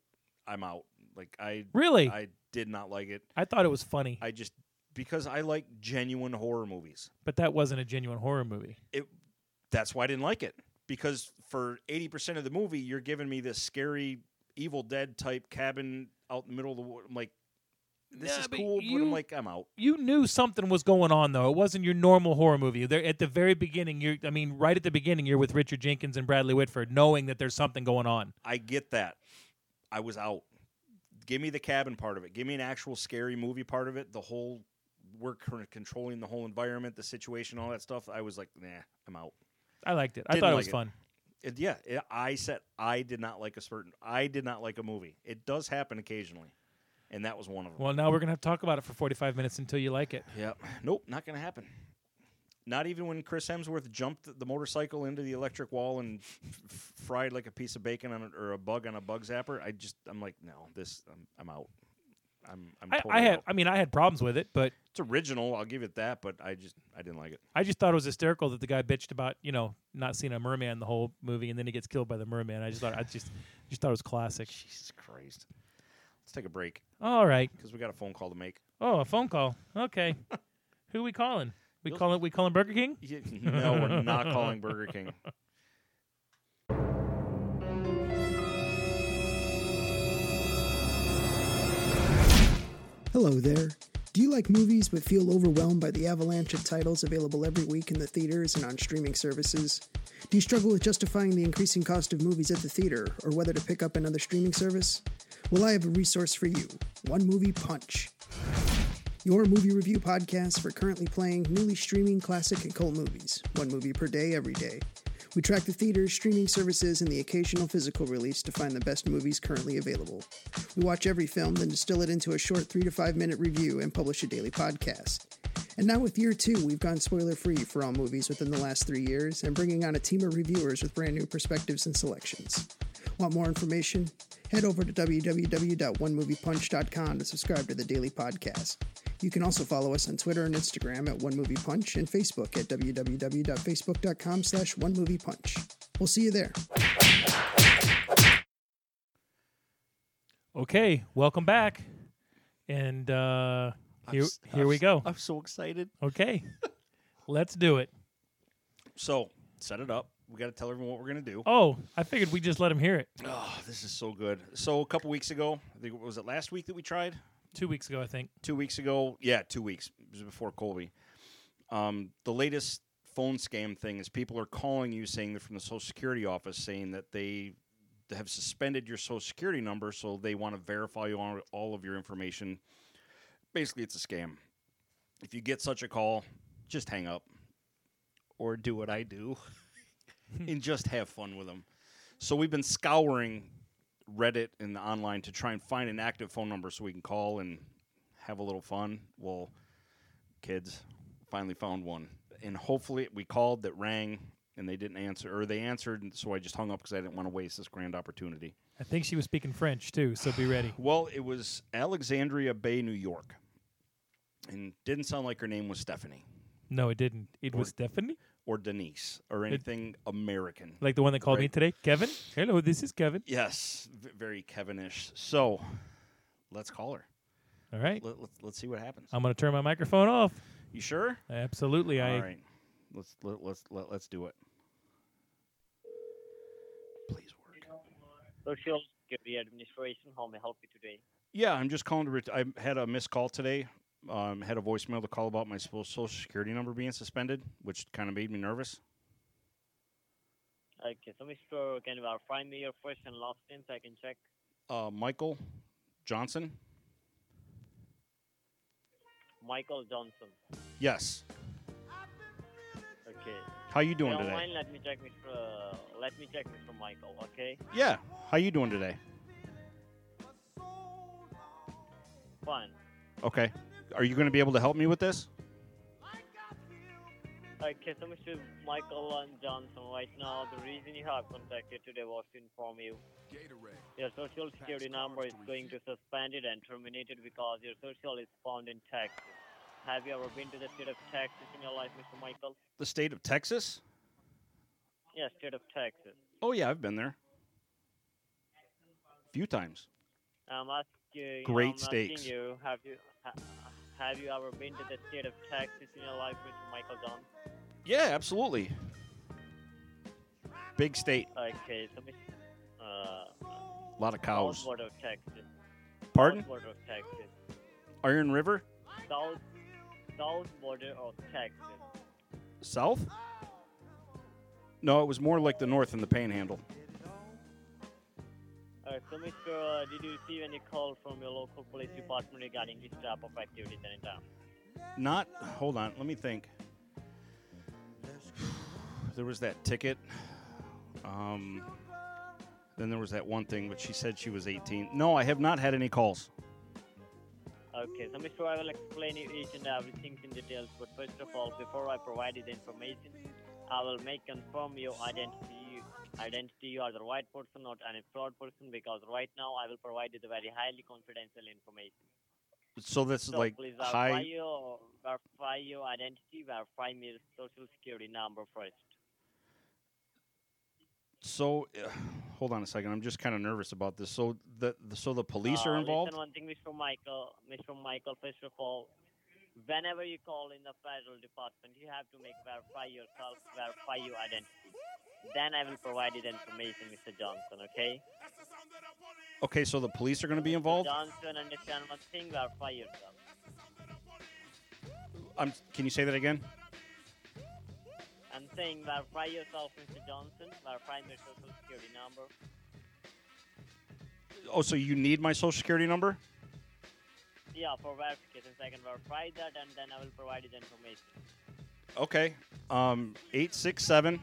Speaker 1: I'm out. Like I
Speaker 2: Really, I,
Speaker 1: I did not like it.
Speaker 2: thought it was funny,
Speaker 1: I just because I like genuine horror movies.
Speaker 2: but that wasn't a genuine horror movie.
Speaker 1: It that's why I didn't like it because for eighty percent of the movie, you're giving me this scary Evil Dead type cabin out in the middle of the wood. I'm like, this
Speaker 2: Nah,
Speaker 1: is
Speaker 2: but
Speaker 1: cool, but
Speaker 2: you-
Speaker 1: I'm like, I'm out.
Speaker 2: You knew something was going on though. It wasn't your normal horror movie. There at the very beginning, you're I mean, right at the beginning, you're with Richard Jenkins and Bradley Whitford, knowing that there's something going on.
Speaker 1: I get that. I was out. Give me the cabin part of it. Give me an actual scary movie part of it. The whole we're cur- controlling the whole environment, the situation, all that stuff. I was like, nah, I'm out.
Speaker 2: I liked it. I
Speaker 1: Didn't
Speaker 2: thought it
Speaker 1: like
Speaker 2: was
Speaker 1: it.
Speaker 2: fun.
Speaker 1: It- yeah, it- I said I did not like a certain. I did not like a movie. It does happen occasionally, and that was one of them.
Speaker 2: Well, now we're gonna have to talk about it for 45 minutes until you like it.
Speaker 1: Yep. Nope. Not gonna happen. Not even when Chris Hemsworth jumped the motorcycle into the electric wall and f- f- fried like a piece of bacon on a, or a bug on a bug zapper. I just I'm like, no, this I'm, I'm out. I'm I'm
Speaker 2: I,
Speaker 1: totally
Speaker 2: I had,
Speaker 1: out.
Speaker 2: I mean, I had problems with it, but
Speaker 1: It's original. I'll give it that, but I just I didn't like it.
Speaker 2: I just thought it was hysterical that the guy bitched about you know not seeing a merman the whole movie, and then he gets killed by the merman. I just thought I just just thought it was classic.
Speaker 1: Jesus Christ. Let's take a break
Speaker 2: All right.
Speaker 1: because we got a phone call to make.
Speaker 2: Oh, a phone call.
Speaker 1: <laughs>
Speaker 2: Okay. Who we calling? We
Speaker 1: You'll-
Speaker 2: calling we calling Burger King?
Speaker 1: Yeah, <laughs> no, we're not calling
Speaker 2: <laughs>
Speaker 1: Burger King.
Speaker 4: Hello there. Do you like movies but feel overwhelmed by the avalanche of titles available every week in the theaters and on streaming services? Do you struggle with justifying the increasing cost of movies at the theater or whether to pick up another streaming service? Well, I have a resource for you One Movie Punch. Your movie review podcast for currently playing newly streaming classic and cult movies, one movie per day every day. We track the theaters, streaming services, and the occasional physical release to find the best movies currently available. We watch every film, then distill it into a short three to five minute review and publish a daily podcast. And now with year two, we've gone spoiler free for all movies within the last three years and bringing on a team of reviewers with brand new perspectives and selections. Want more information? Head over to www.onemoviepunch.com to subscribe to the daily podcast. You can also follow us on Twitter and Instagram at One Movie Punch and Facebook at www.facebook.com slash One Movie Punch. We'll see you there.
Speaker 2: Okay. Welcome back. And uh here here we go.
Speaker 1: I'm so excited.
Speaker 2: Okay. Let's do it.
Speaker 1: So set it up. We got to tell everyone what we're gonna do.
Speaker 2: Oh, I figured we just let him hear it
Speaker 1: Oh, this is so good. So a couple weeks ago, I think was it last week that we tried?
Speaker 2: two weeks ago, I think.
Speaker 1: Two weeks ago, yeah, two weeks. It was before Colby. Um, the latest phone scam thing is people are calling you saying they're from the Social Security office saying that they have suspended your Social Security number, so they want to verify you on all of your information. Basically, it's a scam. If you get such a call, just hang up or do what I do and just have fun with them. So we've been scouring Reddit and online to try and find an active phone number so we can call and have a little fun. Well, kids, finally found one, and hopefully we called that rang and they didn't answer or they answered, and so I just hung up because I didn't want to waste this grand opportunity.
Speaker 2: I think she was speaking French too, so be ready.
Speaker 1: Well, it was Alexandria Bay, New York, and didn't sound like her name was Stephanie
Speaker 2: No, it didn't. It was Stephanie,
Speaker 1: or Denise or anything American.
Speaker 2: like the one that called me
Speaker 1: Right.
Speaker 2: today. Kevin, hello, this is Kevin.
Speaker 1: Yes, v- very Kevinish. So, let's call her.
Speaker 2: All right,
Speaker 1: Let, let, let's see what happens.
Speaker 2: I'm gonna turn my microphone off.
Speaker 1: You sure?
Speaker 2: Absolutely, I.
Speaker 1: All right. Let's let, let's let, let's do it. Please work.
Speaker 5: Social Security Administration, how may I help you today?
Speaker 1: Yeah, I'm just calling to. Ret- I had a missed call today. Um, had a voicemail to call about my spo- social security number being suspended, which kind of made me nervous.
Speaker 5: Okay, so Mr. Can you verify me your first and last name so I can check?
Speaker 1: Uh, Michael Johnson.
Speaker 5: Michael Johnson.
Speaker 1: Yes.
Speaker 5: Okay.
Speaker 1: How you doing
Speaker 5: Stay
Speaker 1: today?
Speaker 5: online, let me check Mr. Uh, let me check Mr. Michael, okay?
Speaker 1: Yeah. How you doing today?
Speaker 5: Fine.
Speaker 1: Okay. Are you going to be able to help me with this?
Speaker 5: Okay, so Mr. Michael and Johnson, right now, the reason you have contacted today was to inform you your social security number is going to suspended and terminated because your social is found in Texas. Have you ever been to the state of Texas in your life, Mr. Michael?
Speaker 1: The state of Texas?
Speaker 5: Yes, state of Texas.
Speaker 1: Oh yeah, I've been there. Few times.
Speaker 5: I'm asking.
Speaker 1: Great
Speaker 5: I'm
Speaker 1: steaks.
Speaker 5: Asking you, have you ha, have you ever been to the state of Texas in your life, Mr. Michael Johnson?
Speaker 1: Yeah, absolutely. Big state,
Speaker 5: Okay, so Mr. Uh,
Speaker 1: a lot of
Speaker 5: south
Speaker 1: cows.
Speaker 5: border of Texas.
Speaker 1: Pardon?
Speaker 5: South border of Texas.
Speaker 1: Iron River,
Speaker 5: South south border of Texas.
Speaker 1: south? No, it was more like the north in the Panhandle.
Speaker 5: Uh, so, Mr. Uh, did you receive any call from your local police department regarding this type of activities in town?
Speaker 1: Not. Hold on. Let me think. <sighs> There was that ticket. Um. Then there was that one thing, but she said she was 18. No, I have not had any calls.
Speaker 5: Okay, so Mr. I will explain you each and everything in details, but first of all, before I provide you the information, I will make confirm your identity. Identity, you are the right person, not any fraud person, because right now I will provide you the very highly confidential information.
Speaker 1: So this is
Speaker 5: So
Speaker 1: like
Speaker 5: please uh, verify
Speaker 1: high.
Speaker 5: your verify your identity, verify your social security number first.
Speaker 1: So, <sighs> uh, hold on a second. I'm just kind of nervous about this. So the, the so the police
Speaker 5: Uh,
Speaker 1: are involved.
Speaker 5: Listen, one thing, Mr. Michael, Mr. Michael, first of all, whenever you call in the federal department, you have to make verify yourself, verify your identity. Then I will provide you the information, Mr. Johnson. Okay?
Speaker 1: Okay, so the police are going to be involved.
Speaker 5: Johnson, understand one thing, verify yourself.
Speaker 1: I'm. Can you say that again?
Speaker 5: I'm saying verify yourself, Mr. Johnson. Verify your social security number.
Speaker 1: Oh, so you need my social security number?
Speaker 5: Yeah, for verification, so I can verify that, and then I will provide you the information.
Speaker 1: Okay. Um, eight six seven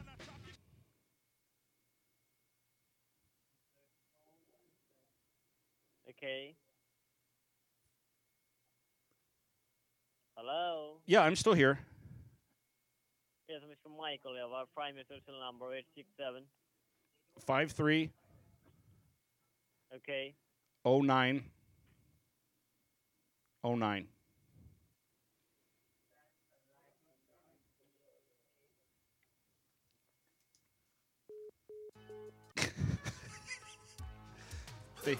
Speaker 5: Okay? Hello.
Speaker 1: Yeah, I'm still here.
Speaker 5: Yes, Mr. Michael, you have our primary social number 867.
Speaker 1: Five three
Speaker 5: Okay.
Speaker 1: oh nine oh nine. <laughs> They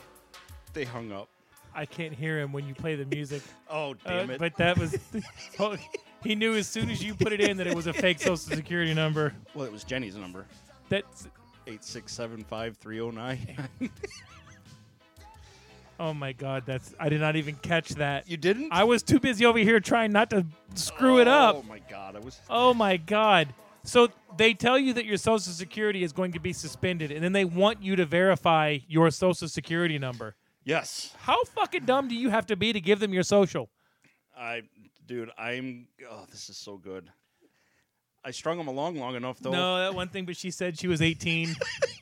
Speaker 1: they hung up.
Speaker 2: I can't hear him when you play
Speaker 1: <laughs>
Speaker 2: the music.
Speaker 1: Oh
Speaker 2: Uh, But
Speaker 1: <laughs>
Speaker 2: that was. <laughs> oh, he knew as soon as you put it in that it was a fake social security number.
Speaker 1: well, it was Jenny's number.
Speaker 2: That's.
Speaker 1: Eight six seven five three oh nine.
Speaker 2: Oh my God. That's. I did not even catch that.
Speaker 1: You didn't?
Speaker 2: I was too busy over here trying not to screw it up.
Speaker 1: Oh my god, I was
Speaker 2: Oh my God. So they tell you that your social security is going to be suspended, and then they want you to verify your social security number.
Speaker 1: Yes.
Speaker 2: How fucking dumb do you have to be to give them your social?
Speaker 1: I, dude, I'm. Oh, this is so good. I strung him along long enough, though.
Speaker 2: No, that one thing, but she said she
Speaker 1: <laughs>
Speaker 2: was 18.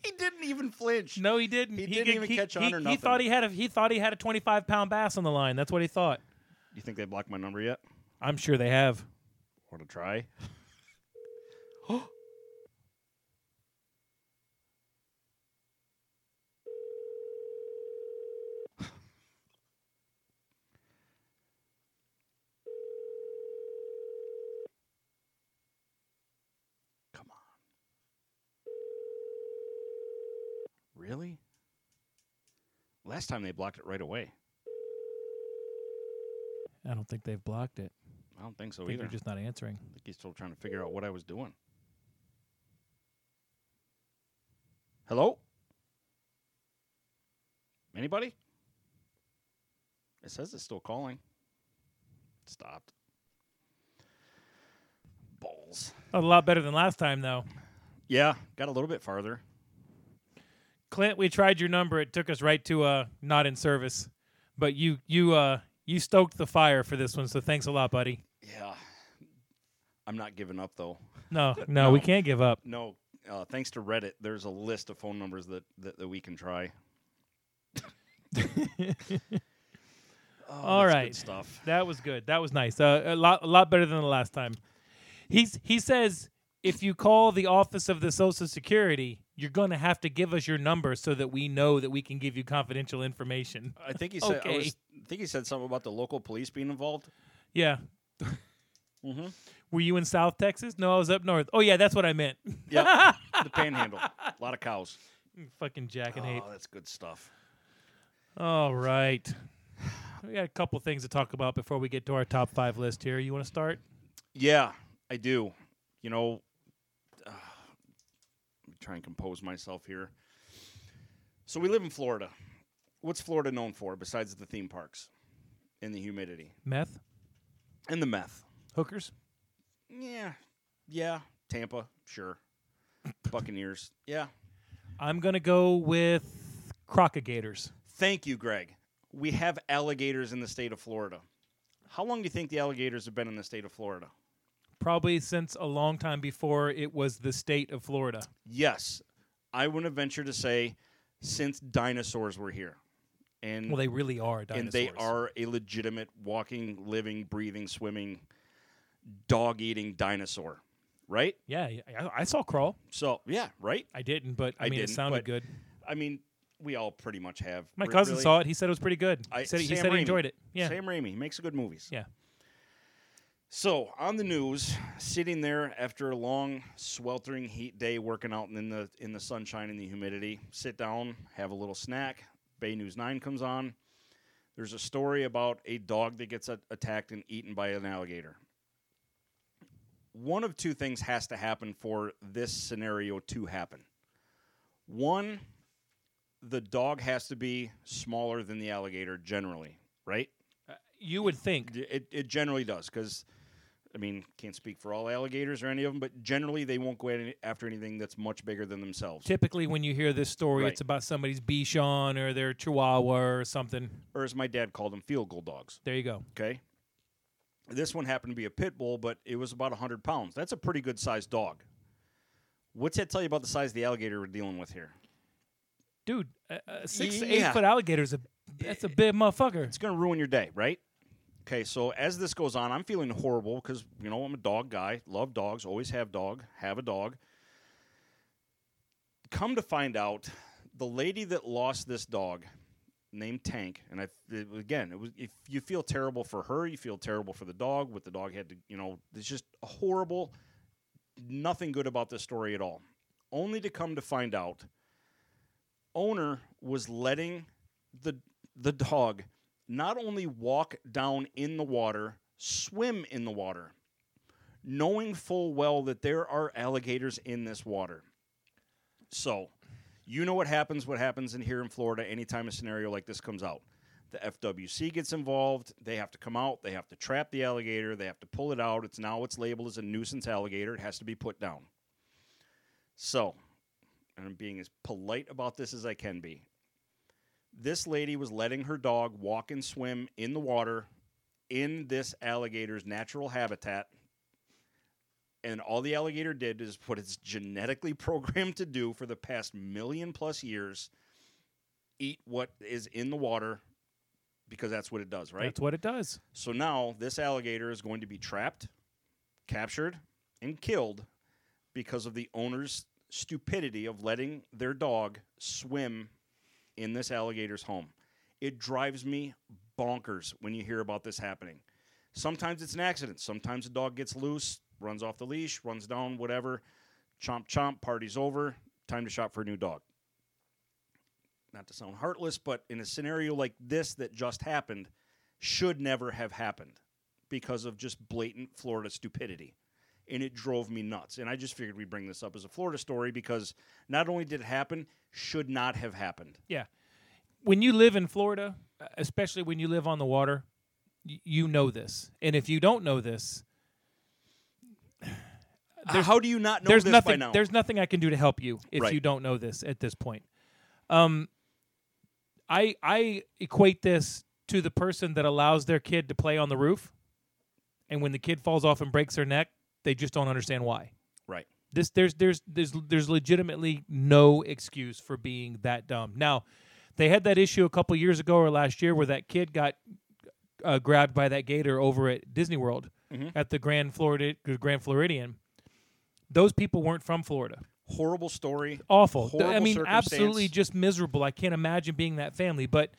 Speaker 1: he didn't even flinch.
Speaker 2: No, he didn't.
Speaker 1: He didn't
Speaker 2: could-
Speaker 1: even catch on or
Speaker 2: He
Speaker 1: nothing.
Speaker 2: thought he had a he thought he had a 25 pound bass on the line. That's what he thought.
Speaker 1: You think they blocked my number yet?
Speaker 2: I'm sure they have.
Speaker 1: Want to try? <gasps> Come on. Really? Last time they blocked it right away.
Speaker 2: I don't think they've blocked it.
Speaker 1: I don't think so
Speaker 2: I think
Speaker 1: either.
Speaker 2: they're just not answering.
Speaker 1: I think he's still trying to figure out what I was doing. Hello? Anybody? It says it's still calling. Stopped. Balls.
Speaker 2: A lot better than last time though.
Speaker 1: Yeah, got a little bit farther.
Speaker 2: Clint, we tried your number. It took us right to uh not in service. But you you uh you stoked the fire for this one, so thanks a lot, buddy.
Speaker 1: Yeah. I'm not giving up though.
Speaker 2: No, no, we can't give up.
Speaker 1: No, uh, thanks to Reddit, there's a list of phone numbers that, that, that we can try. Oh,
Speaker 2: All
Speaker 1: that's good
Speaker 2: right.
Speaker 1: stuff.
Speaker 2: That was good. That was nice. Uh, a lot a lot better than the last time. He's he says if you call the office of the Social Security, you're going to have to give us your number so that we know that we can give you confidential information. <laughs>
Speaker 1: I think he said. I,
Speaker 2: Okay.
Speaker 1: was, I think he said something about the local police being involved.
Speaker 2: Yeah. Mm-hmm.
Speaker 1: Mhm.
Speaker 2: Were you in South Texas? No, I was up north. Oh yeah, that's what I meant. <laughs>
Speaker 1: Yep, the Panhandle, a lot of cows.
Speaker 2: Fucking jackanape.
Speaker 1: Oh, that's good stuff.
Speaker 2: All right. We got a couple things to talk about before we get to our top five list here. You want to start?
Speaker 1: Yeah, I do. You know, uh, let me try and compose myself here. So we live in Florida. What's Florida known for besides the theme parks and the humidity
Speaker 2: Meth,
Speaker 1: and the meth?
Speaker 2: hookers.
Speaker 1: Yeah, yeah. Tampa,
Speaker 2: <laughs>
Speaker 1: sure. Buccaneers, yeah.
Speaker 2: I'm gonna go with crocodilators.
Speaker 1: Thank you, Greg. We have alligators in the state of Florida. How long do you think the alligators have been in the state of Florida?
Speaker 2: Probably since a long time before it was the state of Florida.
Speaker 1: Yes, I wouldn't venture to say since dinosaurs were here. And
Speaker 2: Well, they really are dinosaurs.
Speaker 1: and they are a legitimate walking, living, breathing, swimming, dog eating dinosaur, right?
Speaker 2: Yeah, yeah, I, I saw crawl.
Speaker 1: So yeah, right.
Speaker 2: I didn't, but I,
Speaker 1: I
Speaker 2: mean, it
Speaker 1: didn't,
Speaker 2: sounded
Speaker 1: but
Speaker 2: good.
Speaker 1: I mean, we all pretty much have.
Speaker 2: My
Speaker 1: Re-
Speaker 2: cousin
Speaker 1: really-
Speaker 2: saw it. He said it was pretty good.
Speaker 1: I-
Speaker 2: he said, he,
Speaker 1: Sam
Speaker 2: said
Speaker 1: Raimi.
Speaker 2: he enjoyed it. Yeah.
Speaker 1: Sam Raimi he makes good movies.
Speaker 2: Yeah.
Speaker 1: So on the news, sitting there after a long, sweltering heat day, working out in the in the sunshine and the humidity, sit down, have a little snack. Bay News Nine comes on. There's a story about a dog that gets a- attacked and eaten by an alligator. One of two things has to happen for this scenario to happen. One, the dog has to be smaller than the alligator generally, right?
Speaker 2: Uh, You would think.
Speaker 1: It, it generally does because, I mean, can't speak for all alligators or any of them, but generally they won't go any- after anything that's much bigger than themselves.
Speaker 2: Typically, when you hear this story,
Speaker 1: Right.
Speaker 2: it's about somebody's Bichon or their Chihuahua or something.
Speaker 1: Or as my dad called them, field goal dogs.
Speaker 2: There you go.
Speaker 1: Okay. This one happened to be a pit bull, but it was about 100 pounds. That's a pretty good sized dog. What's that tell you about the size of the alligator we're dealing with here?
Speaker 2: Dude, a, a six, to
Speaker 1: Yeah. Eh.
Speaker 2: eight foot alligator is a that's a big motherfucker.
Speaker 1: It's going to ruin your day, right? Okay, so as this goes on, I'm feeling horrible because, you know, I'm a dog guy, love dogs, always have dog, have a dog. Come to find out, the lady that lost this dog, named Tank, and I it- again, it was if you feel terrible for her, you feel terrible for the dog, what the dog had to, you know, it's just horrible. Nothing good about this story at all. Only to come to find out owner was letting the the dog not only walk down in the water, swim in the water, knowing full well that there are alligators in this water. So, you know what happens what happens in here in Florida anytime a scenario like this comes out. The FWC gets involved, they have to come out, they have to trap the alligator, they have to pull it out. It's now it's labeled as a nuisance alligator, it has to be put down. So, and I'm being as polite about this as I can be this lady was letting her dog walk and swim in the water in this alligator's natural habitat. And all the alligator did is what it's genetically <laughs> programmed to do for the past million plus years eat what is in the water because that's what it does, right?
Speaker 2: That's what it does.
Speaker 1: So now this alligator is going to be trapped, captured, and killed because of the owner's stupidity of letting their dog swim in this alligator's home. It drives me bonkers when you hear about this happening. Sometimes it's an accident. Sometimes the dog gets loose, runs off the leash, runs down, whatever. Chomp, chomp, party's over. Time to shop for a new dog. Not to sound heartless, but in a scenario like this that just happened, should never have happened because of just blatant Florida stupidity. And it drove me nuts. And I just figured we'd bring this up as a Florida story because not only did it happen, should not have happened.
Speaker 2: Yeah. When you live in Florida, uh, especially when you live on the water, y- you know this. And if you don't know this,
Speaker 1: How do you not know
Speaker 2: Uh, there's
Speaker 1: this
Speaker 2: nothing
Speaker 1: by now?
Speaker 2: there's nothing I can do to help you if
Speaker 1: Right.
Speaker 2: you don't know this at this point. Um I I equate this to the person that allows their kid to play on the roof and when the kid falls off and breaks their neck, they just don't understand why.
Speaker 1: right.
Speaker 2: This there's there's there's there's legitimately no excuse for being that dumb. Now, they had that issue a couple years ago or last year where that kid got uh, grabbed by that gator over at Disney World,
Speaker 1: Mhm.
Speaker 2: at the Grand Florida the Grand Floridian, those people weren't from Florida.
Speaker 1: Horrible story.
Speaker 2: Awful. Th- I
Speaker 1: Horrible
Speaker 2: mean, absolutely
Speaker 1: circumstance.
Speaker 2: just miserable. I can't imagine being that family. But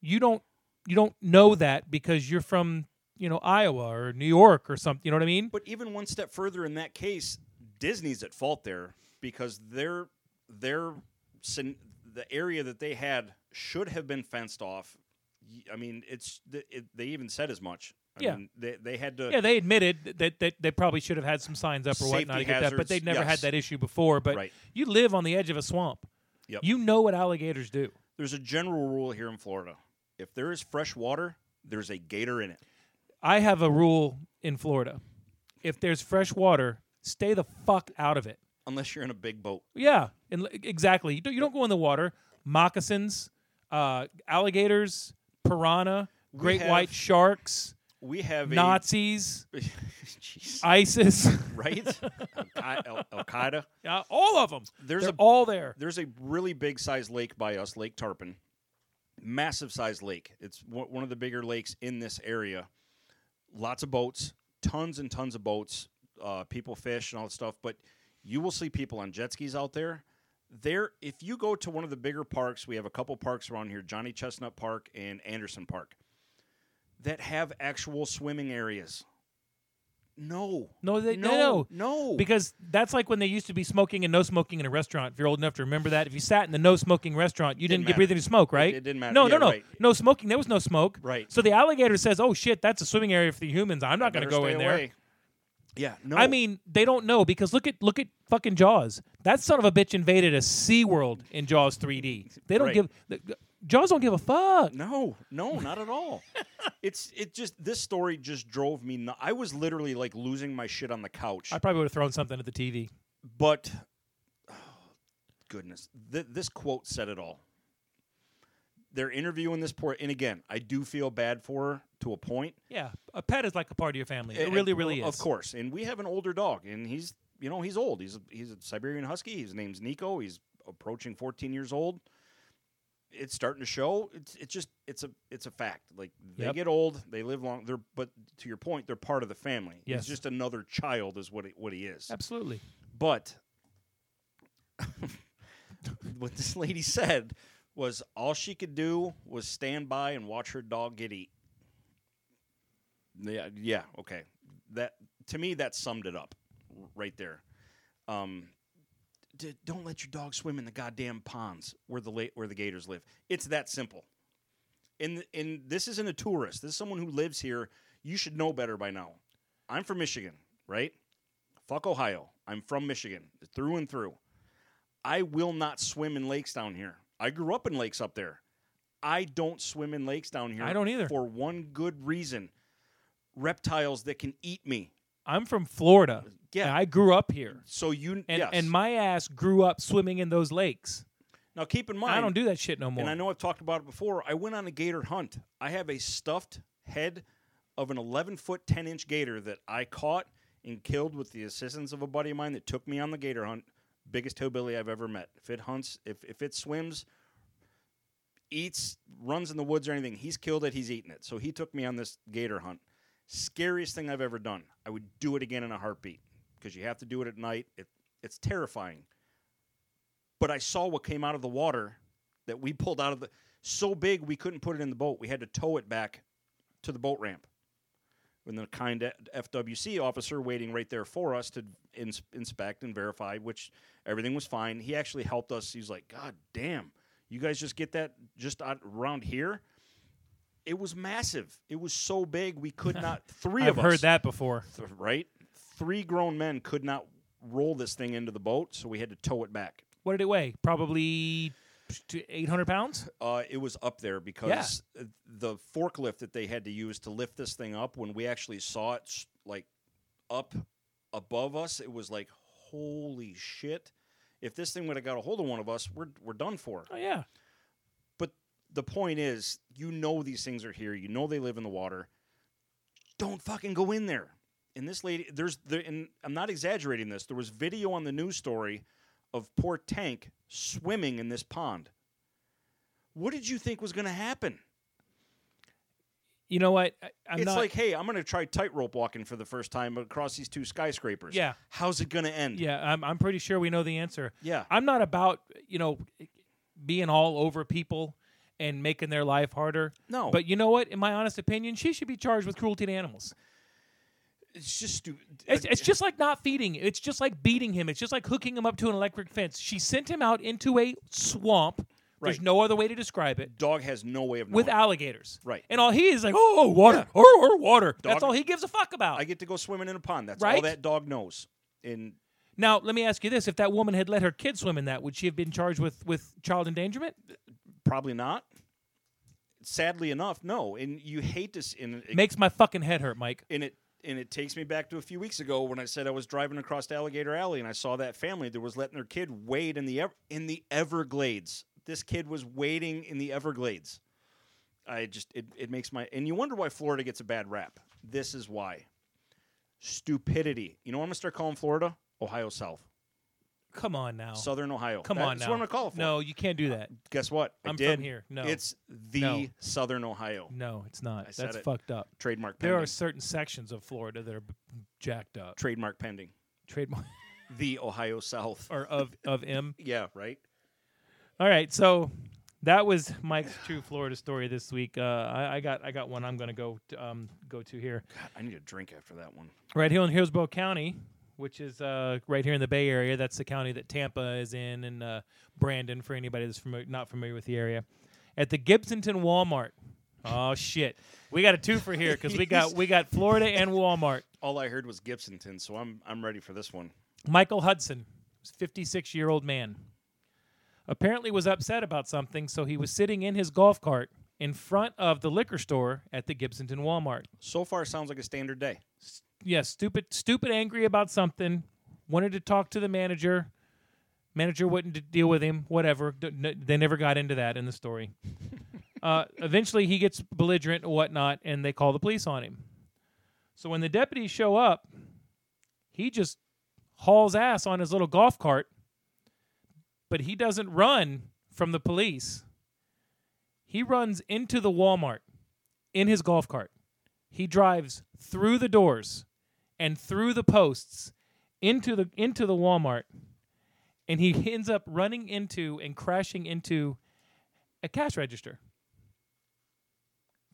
Speaker 2: you don't you don't know that because you're from you know Iowa or New York or something. You know what I mean?
Speaker 1: But even one step further in that case, Disney's at fault there because their their syn- the area that they had should have been fenced off. Y- I mean, it's th- it, they even said as much. I
Speaker 2: Yeah.
Speaker 1: mean, they they had to
Speaker 2: Yeah, they admitted that, that they probably should have had some signs up or whatnot
Speaker 1: Safety
Speaker 2: to get that, but
Speaker 1: hazards,
Speaker 2: they'd never had
Speaker 1: yes.
Speaker 2: that issue before. But
Speaker 1: Right.
Speaker 2: you live on the edge of a swamp.
Speaker 1: Yep.
Speaker 2: You know what alligators do.
Speaker 1: There's a general rule here in Florida. If there is fresh water, there's a gator in it.
Speaker 2: I have a rule in Florida. If there's fresh water, stay the fuck out of it.
Speaker 1: Unless you're in a big boat.
Speaker 2: Yeah, and l- exactly. You don't, you don't go in the water. Moccasins, uh, alligators, piranha, great
Speaker 1: have
Speaker 2: white sharks,
Speaker 1: We have
Speaker 2: Nazis,
Speaker 1: a <laughs> Jeez.
Speaker 2: ISIS, <laughs>
Speaker 1: right? Al- Al Al Qaeda.
Speaker 2: Yeah, all of them.
Speaker 1: There's
Speaker 2: They're
Speaker 1: a-
Speaker 2: all there.
Speaker 1: There's a really big sized lake by us, Lake Tarpon. Massive sized lake. It's one one of the bigger lakes in this area. Lots of boats, tons and tons of boats. Uh, people fish and all that stuff. But you will see people on jet skis out there. There, if you go to one of the bigger parks, we have a couple parks around here: Johnny Chestnut Park and Anderson Park, that have actual swimming areas. No,
Speaker 2: No, they- no,
Speaker 1: no,
Speaker 2: no.
Speaker 1: no.
Speaker 2: Because that's like when they used to be smoking and no smoking in a restaurant. If you're old enough to remember that, if you sat in the no smoking restaurant, you didn't,
Speaker 1: Didn't
Speaker 2: get
Speaker 1: matter.
Speaker 2: breathing to smoke, right?
Speaker 1: it didn't matter.
Speaker 2: No,
Speaker 1: Yeah,
Speaker 2: no, no,
Speaker 1: right.
Speaker 2: no smoking. There was no smoke.
Speaker 1: Right.
Speaker 2: So the alligator says, "Oh shit, that's a swimming area for the humans. I'm not going to
Speaker 1: Better
Speaker 2: go
Speaker 1: stay
Speaker 2: in there."
Speaker 1: away. Yeah, no.
Speaker 2: I mean, they don't know because look at look at fucking Jaws. That son of a bitch invaded a Sea World in Jaws 3D. They don't
Speaker 1: Right.
Speaker 2: give the, the- Jaws don't give a fuck.
Speaker 1: No, no, not at all. it's it just this story just drove me. nu- I was literally like losing my shit on the couch.
Speaker 2: I probably would have thrown something at the TV.
Speaker 1: but oh, goodness, th- this quote said it all. They're interviewing this poor, and again, I do feel bad for her to a point.
Speaker 2: Yeah, a pet is like a part of your family. It
Speaker 1: And-
Speaker 2: really,
Speaker 1: and-
Speaker 2: really is.
Speaker 1: Eh, Of course, and we have an older dog, and he's you know he's old. He's a, he's a Siberian Husky. His name's Nico. He's approaching 14 years old. It's starting to show. It's it's just it's a it's a fact. Like they
Speaker 2: Yep.
Speaker 1: get old, they live long. They're but to your point, they're part of the family.
Speaker 2: Yes.
Speaker 1: He's just another child, is what he, what he is.
Speaker 2: Absolutely.
Speaker 1: But <laughs> what this lady said was all she could do was stand by and watch her dog get eat. Yeah, yeah, okay. That to me that summed it up r- right there. Um, d- don't let your dog swim in the goddamn ponds where the la- where the gators live. It's that simple. And and this isn't a tourist. This is someone who lives here. You should know better by now. I'm from Michigan, right? Fuck Ohio. I'm from Michigan through and through. I will not swim in lakes down here. I grew up in lakes up there. I don't swim in lakes down here.
Speaker 2: I don't either.
Speaker 1: For one good reason reptiles that can eat me.
Speaker 2: I'm from Florida.
Speaker 1: Yeah.
Speaker 2: and I grew up here,
Speaker 1: So you
Speaker 2: and
Speaker 1: yes.
Speaker 2: and my ass grew up swimming in those lakes.
Speaker 1: now keep in mind
Speaker 2: I don't do that shit no more.
Speaker 1: And I know I've talked about it before. I went on a gator hunt. I have a stuffed head of an 11 foot 10 inch gator that I caught and killed with the assistance of a buddy of mine that took me on the gator hunt. Biggest hillbilly I've ever met. If it hunts, if, if it swims, eats, runs in the woods or anything, he's killed it, he's eaten it. So he took me on this gator hunt. Scariest thing I've ever done. I would do it again in a heartbeat because you have to do it at night. It, it's terrifying. But I saw what came out of the water that we pulled out of the so big we couldn't put it in the boat. We had to tow it back to the boat ramp. And the kind FWC officer waiting right there for us to ins- inspect and verify, which everything was fine. He actually helped us. He's like, God damn, you guys just get that just out around here? It was massive. It was so big we
Speaker 2: <laughs>
Speaker 1: could not. 3
Speaker 2: I've
Speaker 1: of us
Speaker 2: heard that before.
Speaker 1: th- right? Three grown men could not roll this thing into the boat, so we had to tow it back.
Speaker 2: What did it weigh? Probably eight hundred pounds.
Speaker 1: Uh, it was up there because uh the forklift that they had to use to lift this thing up, when we actually saw it s- like up above us, it was like, holy shit. If this thing would have got a hold of one of us, we're, we're done for.
Speaker 2: Oh yeah.
Speaker 1: But the point is, you know these things are here. You know they live in the water. Don't fucking go in there. And this lady, there's, there, and I'm not exaggerating this. There was video on the news story of poor Tank swimming in this pond. What did you think was going to happen?
Speaker 2: you know what? I, I'm
Speaker 1: it's
Speaker 2: not.
Speaker 1: like, hey, I'm going to try tightrope walking for the first time across these two skyscrapers.
Speaker 2: Yeah.
Speaker 1: How's it going to end?
Speaker 2: yeah, I'm, I'm pretty sure we know the answer.
Speaker 1: Yeah.
Speaker 2: I'm not about you know being all over people and making their life harder.
Speaker 1: No.
Speaker 2: But you know what? In my honest opinion, she should be charged with cruelty to animals.
Speaker 1: It's just stupid.
Speaker 2: It's, it's just like not feeding. It's just like beating him. It's just like hooking him up to an electric fence. She sent him out into a swamp. There's
Speaker 1: Right.
Speaker 2: no other way to describe it.
Speaker 1: dog has no way of knowing.
Speaker 2: With alligators.
Speaker 1: Right.
Speaker 2: And all he is like, oh, oh, water, oh, oh, water. That's
Speaker 1: Dog-
Speaker 2: all he gives a fuck about.
Speaker 1: I get to go swimming in a pond. That's all
Speaker 2: Right?
Speaker 1: that dog knows. And
Speaker 2: now, let me ask you this. If that woman had let her kid swim in that, would she have been charged with, with child endangerment?
Speaker 1: probably not. Sadly enough, no. And you hate this. And it,
Speaker 2: Makes my fucking head hurt, Mike.
Speaker 1: and it and it takes me back to a few weeks ago when I said I was driving across Alligator Alley and I saw that family that was letting their kid wade in the Ever- in the Everglades. This kid was wading in the Everglades. I just it, it makes my and you wonder why Florida gets a bad rap. This is why. Stupidity. You know what I'm gonna start calling Florida? Ohio South.
Speaker 2: Come on now.
Speaker 1: Southern Ohio.
Speaker 2: Come on
Speaker 1: That's
Speaker 2: now.
Speaker 1: what I'm gonna call it for.
Speaker 2: No, you can't do that.
Speaker 1: Guess what? I
Speaker 2: I'm from
Speaker 1: did.
Speaker 2: here. No.
Speaker 1: It's the
Speaker 2: No.
Speaker 1: Southern Ohio.
Speaker 2: No, it's not.
Speaker 1: I said
Speaker 2: That's
Speaker 1: it.
Speaker 2: fucked up.
Speaker 1: Trademark
Speaker 2: There
Speaker 1: pending.
Speaker 2: are certain sections of Florida that are b- jacked up.
Speaker 1: Trademark pending.
Speaker 2: Trademark
Speaker 1: The Ohio South.
Speaker 2: or of of M.
Speaker 1: Yeah, right?
Speaker 2: All right, so that was Mike's true Florida story this week. Uh, I, I got I got one. I'm going to go to, um, go to here
Speaker 1: I need a drink after that one.
Speaker 2: right here in Hillsborough County, which is uh, right here in the Bay Area. That's the county that Tampa is in, and uh, Brandon for anybody that's familiar, not familiar with the area. At the Gibsonton Walmart. Oh shit, we got a twofer here because we got we got Florida and Walmart.
Speaker 1: All I heard was Gibsonton, so I'm I'm ready for this one.
Speaker 2: Michael Hudson, 56 year old man, apparently was upset about something, so he was sitting in his golf cart in front of the liquor store at the Gibsonton Walmart.
Speaker 1: So far sounds like a standard day.
Speaker 2: Yeah, stupid, stupid, angry about something. Wanted to talk to the manager. Manager wouldn't d- deal with him. Whatever. D- n- They never got into that in the story. uh, eventually, he gets belligerent and whatnot, and they call the police on him. So when the deputies show up, he just hauls ass on his little golf cart, but he doesn't run from the police. He runs into the Walmart in his golf cart. He drives through the doors and through the posts into the into the Walmart and he <laughs> ends up running into and crashing into a cash register.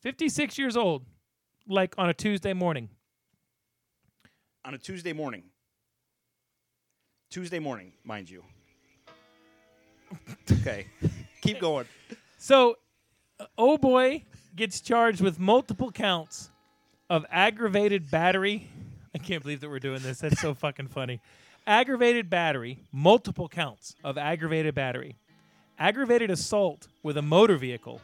Speaker 2: 56 years old like on a Tuesday morning.
Speaker 1: On a Tuesday morning. Tuesday morning, mind
Speaker 2: <laughs>
Speaker 1: you. okay. Keep going.
Speaker 2: So uh, oh boy gets charged with multiple counts of aggravated battery. I can't believe that we're doing this. That's so fucking funny. Aggravated battery, multiple counts of aggravated battery. aggravated assault with a motor vehicle.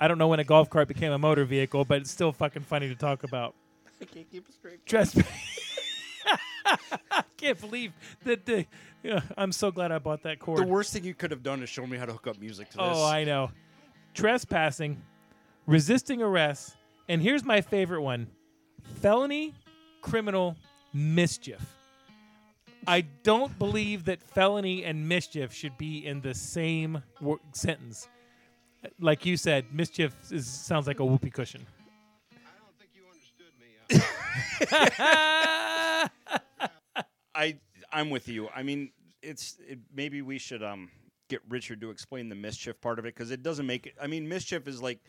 Speaker 2: I don't know when a golf cart became a motor vehicle, but it's still fucking funny to talk about. <laughs> I can't keep it straight. <laughs> I can't believe that the. Yeah, I'm so glad I bought that cord.
Speaker 1: The worst thing you could have done is show me how to hook up music to this.
Speaker 2: oh, I know. Trespassing, resisting arrest, and here's my favorite one: felony, criminal, mischief. I don't believe that felony and mischief should be in the same wor- sentence. Like you said, mischief is, sounds like a whoopee cushion.
Speaker 1: I I'm with you. I mean, it's it, maybe we should um get Richard to explain the mischief part of it because it doesn't make it. I mean, mischief is like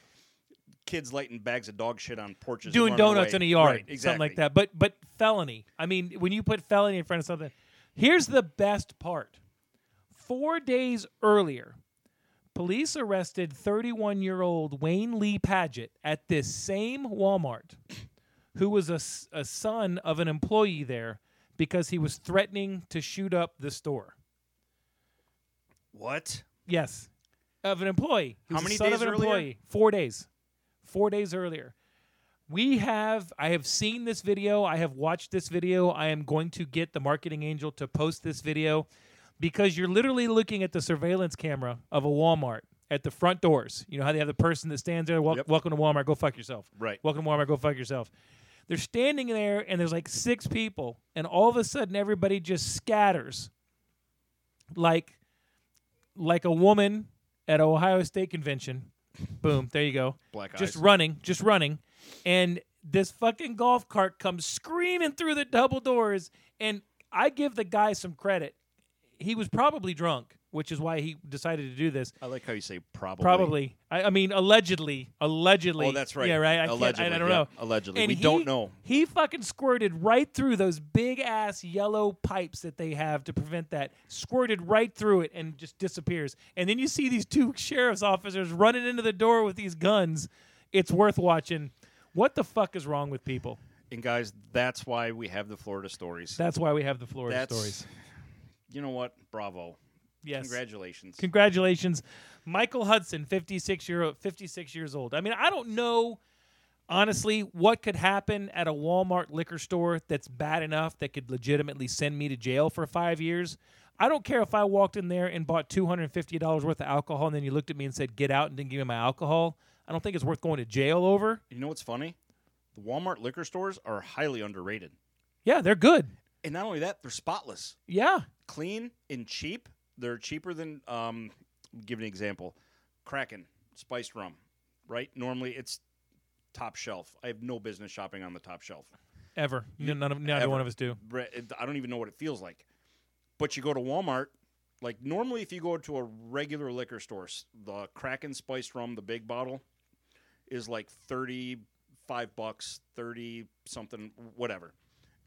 Speaker 1: kids lighting bags of dog shit on porches, and
Speaker 2: doing
Speaker 1: running
Speaker 2: donuts
Speaker 1: away.
Speaker 2: in a yard,
Speaker 1: Right,
Speaker 2: something
Speaker 1: exactly.
Speaker 2: like that. But but felony. I mean, when you put felony in front of something, here's the best part. Four days earlier, police arrested 31 year old Wayne Lee Paget at this same Walmart, who was a, s- a son of an employee there because he was threatening to shoot up the store.
Speaker 1: What?
Speaker 2: Yes, of an employee. He
Speaker 1: How
Speaker 2: was the
Speaker 1: many
Speaker 2: son of
Speaker 1: days
Speaker 2: an
Speaker 1: earlier?
Speaker 2: employee? Four days. Four days earlier. We have. I have seen this video. I have watched this video. I am going to get the marketing angel to post this video because you're literally looking at the surveillance camera of a Walmart at the front doors. You know how they have the person that stands there. Wel-
Speaker 1: Yep.
Speaker 2: Welcome to Walmart. Go fuck yourself.
Speaker 1: Right.
Speaker 2: Welcome to Walmart. Go fuck yourself. They're standing there, and there's like six people, and all of a sudden, everybody just scatters, like like a woman at Ohio State convention Boom. There you go.
Speaker 1: Black
Speaker 2: Just
Speaker 1: eyes.
Speaker 2: running, just running. And this fucking golf cart comes screaming through the double doors. And I give the guy some credit. He was probably drunk, which is why he decided to do this.
Speaker 1: I like how you say probably.
Speaker 2: Probably. I, I mean, allegedly. Allegedly.
Speaker 1: Oh, that's right.
Speaker 2: Yeah, right. I, can't-
Speaker 1: Allegedly,
Speaker 2: I, I don't
Speaker 1: yeah.
Speaker 2: know.
Speaker 1: Allegedly.
Speaker 2: And
Speaker 1: we
Speaker 2: he-
Speaker 1: don't know.
Speaker 2: He fucking squirted right through those big ass yellow pipes that they have to prevent that. Squirted right through it and just disappears. And then you see these two <laughs> sheriff's officers running into the door with these guns. It's worth watching. What the fuck is wrong with people?
Speaker 1: And guys, that's why we have the Florida stories.
Speaker 2: That's why we have the Florida
Speaker 1: That's-
Speaker 2: stories.
Speaker 1: You know what? Bravo.
Speaker 2: Yes.
Speaker 1: Congratulations.
Speaker 2: Congratulations, Michael Hudson, 56 year 56 years old. I mean, I don't know honestly what could happen at a Walmart liquor store that's bad enough that could legitimately send me to jail for 5 years. I don't care if I walked in there and bought $250 worth of alcohol and then you looked at me and said, "Get out," and didn't give me my alcohol. I don't think it's worth going to jail over.
Speaker 1: you know what's funny? The Walmart liquor stores are highly underrated.
Speaker 2: Yeah, they're good.
Speaker 1: And not only that, they're spotless,
Speaker 2: Yeah.
Speaker 1: clean, and cheap. They're cheaper than, um, give an example, Kraken, spiced rum, right? Normally it's top shelf. I have no business shopping on the top shelf.
Speaker 2: Ever. N- None of neither
Speaker 1: Ever.
Speaker 2: one of us do.
Speaker 1: Bre- I don't even know what it feels like. But you go to Walmart, like normally if you go to a regular liquor store, s- the Kraken spiced rum, the big bottle, is like thirty five bucks, thirty something, whatever.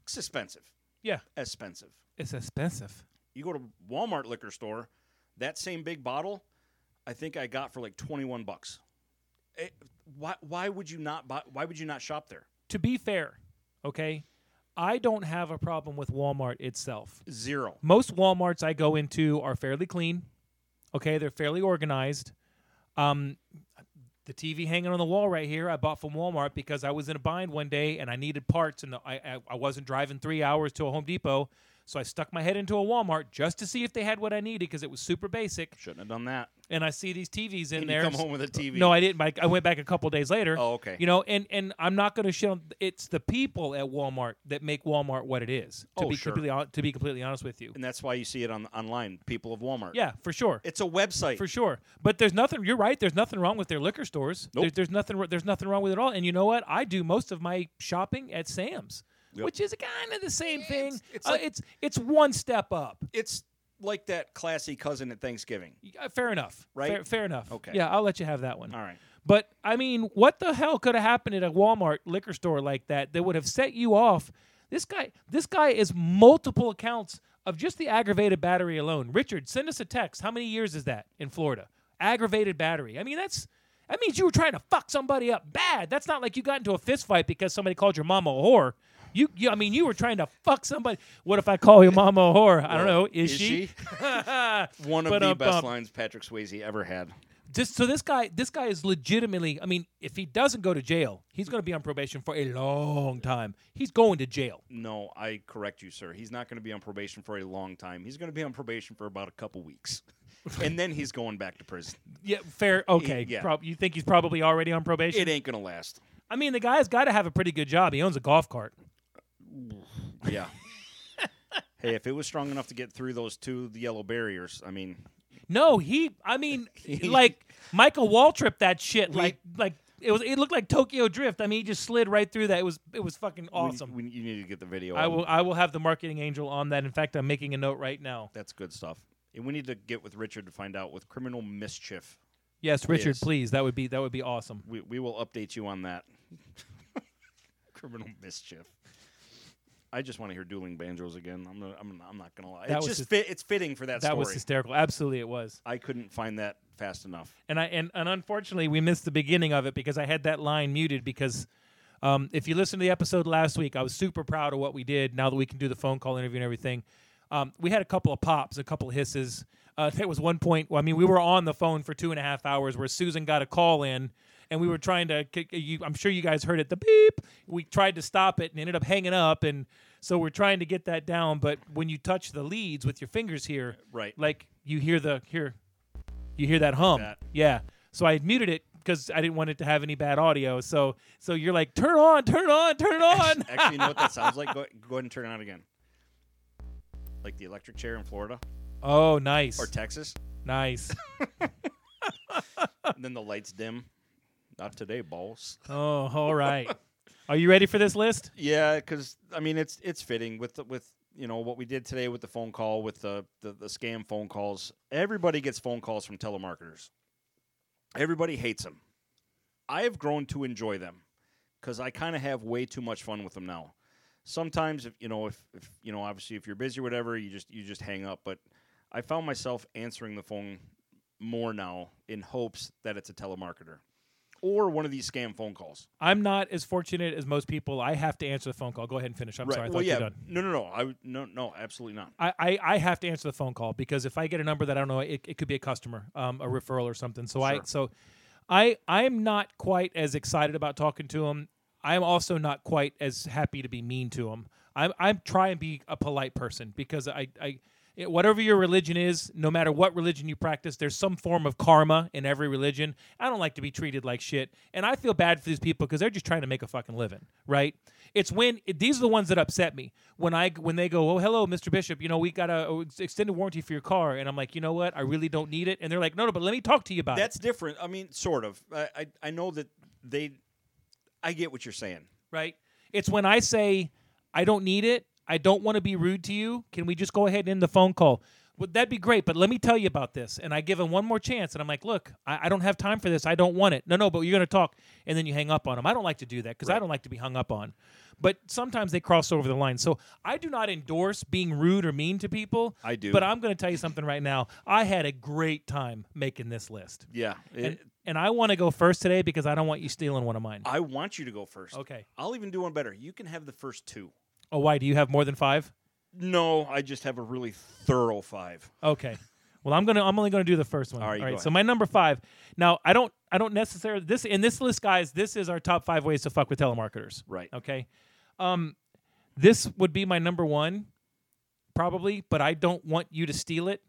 Speaker 1: It's expensive,
Speaker 2: Yeah.
Speaker 1: expensive.
Speaker 2: It's expensive.
Speaker 1: You go to Walmart liquor store, that same big bottle, I think I got for like twenty one bucks. Eh, why, why would you not buy, why would you not shop there?
Speaker 2: To be fair, okay? I don't have a problem with Walmart itself.
Speaker 1: Zero.
Speaker 2: most Walmarts I go into are fairly clean. Okay, they're fairly organized. Um, the TV hanging on the wall right here I bought from Walmart because I was in a bind one day and I needed parts and I, I, I wasn't driving three hours to a Home Depot. So I stuck my head into a Walmart just to see if they had what I needed because it was super basic.
Speaker 1: Shouldn't have done that.
Speaker 2: And I see these TVs in
Speaker 1: And
Speaker 2: there.
Speaker 1: you come home with a TV.
Speaker 2: uh, No, I didn't. Mike. I went back a couple days later.
Speaker 1: Oh, okay.
Speaker 2: You know, and and I'm not going to shit on. It's the people at Walmart that make Walmart what it is. To
Speaker 1: Oh,
Speaker 2: be
Speaker 1: sure.
Speaker 2: completely hon- to be completely honest with you.
Speaker 1: and that's why you see it on online. People of Walmart.
Speaker 2: Yeah, for sure.
Speaker 1: it's a website.
Speaker 2: for sure. But there's nothing. You're right. There's nothing wrong with their liquor stores.
Speaker 1: Nope.
Speaker 2: There- there's nothing. There's nothing wrong with it at all. And you know what? I do most of my shopping at Sam's,
Speaker 1: Yep.
Speaker 2: which is kind of the same thing.
Speaker 1: it's
Speaker 2: Uh,
Speaker 1: like-
Speaker 2: It's, it's one step up.
Speaker 1: It's like that classy cousin at Thanksgiving.
Speaker 2: Uh, Fair enough.
Speaker 1: Right?
Speaker 2: Fair, fair enough.
Speaker 1: Okay.
Speaker 2: Yeah, I'll let you have that one.
Speaker 1: All right.
Speaker 2: But I mean, what the hell could have happened at a Walmart liquor store like that that would have set you off? This guy, this guy is multiple accounts of just the aggravated battery alone. Richard, send us a text. How many years is that in Florida? Aggravated battery. I mean, that's that means you were trying to fuck somebody up bad. That's not like you got into a fist fight because somebody called your mama a whore. You, you I mean, you were trying to fuck somebody. What if I call your mama a whore? I don't know. Is,
Speaker 1: is she? <laughs> One
Speaker 2: <laughs> One
Speaker 1: of the best lines Patrick Swayze ever had.
Speaker 2: just so this guy this guy is legitimately i mean if he doesn't go to jail he's going to be on probation for a long time he's going to jail
Speaker 1: No, I correct you, sir. He's not going to be on probation for a long time. He's going to be on probation for about a couple
Speaker 2: <laughs>
Speaker 1: weeks, and then he's going back to prison.
Speaker 2: yeah fair okay
Speaker 1: yeah.
Speaker 2: Prob- you think he's probably already on probation
Speaker 1: It ain't going to last.
Speaker 2: i mean the guy's got to have a pretty good job he owns a golf cart <laughs>
Speaker 1: Yeah. hey, if it was strong enough to get through those two yellow barriers, I mean,
Speaker 2: no he i <laughs> mean like michael waltrip that shit like like it was it looked like tokyo drift i mean he just slid right through that it was it was fucking
Speaker 1: we-
Speaker 2: awesome
Speaker 1: we- you need to get the video.
Speaker 2: i
Speaker 1: out.
Speaker 2: will i will have the marketing angel on that in fact i'm making a note right now
Speaker 1: That's good stuff. And we need to get with Richard to find out with criminal mischief.
Speaker 2: yes richard
Speaker 1: Yes.
Speaker 2: please that would be that would be awesome
Speaker 1: We, we will update you on
Speaker 2: <laughs>
Speaker 1: that. Criminal mischief. I just want to hear dueling banjos again. I'm not, I'm, I'm not gonna lie.
Speaker 2: That
Speaker 1: It's
Speaker 2: was
Speaker 1: just
Speaker 2: hys-
Speaker 1: fit, it's fitting for that,
Speaker 2: that was
Speaker 1: story.
Speaker 2: hysterical absolutely it was
Speaker 1: I couldn't find that fast enough.
Speaker 2: and I and, and unfortunately we missed the beginning of it because I had that line muted because um, if you listen to the episode last week, I was super proud of what we did. Now that we can do the phone call interview and everything, um, we had a couple of pops, a couple of hisses. Uh, <laughs> there was one point. Well, I mean, we were on the phone for two and a half hours where Susan got a call in, and we were trying to. k- You, I'm sure you guys heard it. The beep. We tried to stop it and ended up hanging up, and so we're trying to get that down. But when you touch the leads with your fingers here,
Speaker 1: Right.
Speaker 2: like you hear the here you hear that hum.
Speaker 1: that.
Speaker 2: Yeah. So I muted it because I didn't want it to have any bad audio. So so you're like, turn on, turn on,
Speaker 1: <laughs>
Speaker 2: turn on.
Speaker 1: Actually, you know what
Speaker 2: <laughs>
Speaker 1: that sounds like? Go, go ahead and turn it on again. Like the electric
Speaker 2: <laughs>
Speaker 1: chair in Florida <laughs>
Speaker 2: oh, nice,
Speaker 1: or Texas.
Speaker 2: nice.
Speaker 1: and then the lights dim. Not today, balls.
Speaker 2: Oh, all right. Are you ready for this list?
Speaker 1: Yeah, because I mean it's it's fitting with the- with you know what we did today with the phone call with the, the the scam phone calls. Everybody gets phone calls from telemarketers. Everybody hates them. I have grown to enjoy them because I kind of have way too much fun with them now. Sometimes if you know if, if you know obviously if you're busy or whatever you just you just hang up. But I found myself answering the phone more now in hopes that it's a telemarketer or one of these scam phone calls.
Speaker 2: I'm not as fortunate as most people. I have to answer the phone call. Go ahead and finish. I'm sorry. I thought
Speaker 1: well, yeah.
Speaker 2: you were done.
Speaker 1: No, no, no. I would- no, no. Absolutely not.
Speaker 2: I, I, I have to answer the phone call because if I get a number that I don't know, it, it could be a customer, um, a referral or something. So I
Speaker 1: Sure.
Speaker 2: so I I'm not quite as excited about talking to him. I'm also not quite as happy to be mean to him. I'm I'm trying to be a polite person because I I it- whatever your religion is, no matter what religion you practice, there's some form of karma in every religion. I don't like to be treated like shit, and I feel bad for these people because they're just trying to make a fucking living, right? It's when it- these are the ones that upset me when I when they go, oh hello, Mr. Bishop, you know we got a a ex- extended warranty for your car, and I'm like, you know what, I really don't need it, and they're like, no, no, but let me talk to you about it.
Speaker 1: That's different. I mean, sort of. I, I, I know that they. I get what you're saying.
Speaker 2: right? It's when I say I don't need it. I don't want to be rude to you. Can we just go ahead and end the phone call? Would that'd be great, but let me tell you about this. And I give him one more chance, and I'm like, "Look, I, I don't have time for this. I don't want it. No, no, but you're going to talk." And then you hang up on him. I don't like to do that because I don't like to be hung up on. But sometimes they cross over the line. So I do not endorse being rude or mean to people.
Speaker 1: I do.
Speaker 2: But I'm going to tell you something right now. I had a great time making this list,
Speaker 1: Yeah. It-
Speaker 2: and, and I want to go first today because I don't want you stealing one of mine.
Speaker 1: I want you to go first.
Speaker 2: Okay.
Speaker 1: I'll even do one better. You can have the first two.
Speaker 2: Oh, why do you have more than five?
Speaker 1: No, I just have a really thorough five.
Speaker 2: Okay. Well, I'm gonna. I'm only gonna do the first one.
Speaker 1: All right, you go
Speaker 2: So
Speaker 1: ahead.
Speaker 2: my number five. Now, I don't. I don't necessarily. This in this list, guys. This is our top five ways to fuck with telemarketers.
Speaker 1: Right.
Speaker 2: Okay. Um, this would be my number one, probably, but I don't want you to steal it,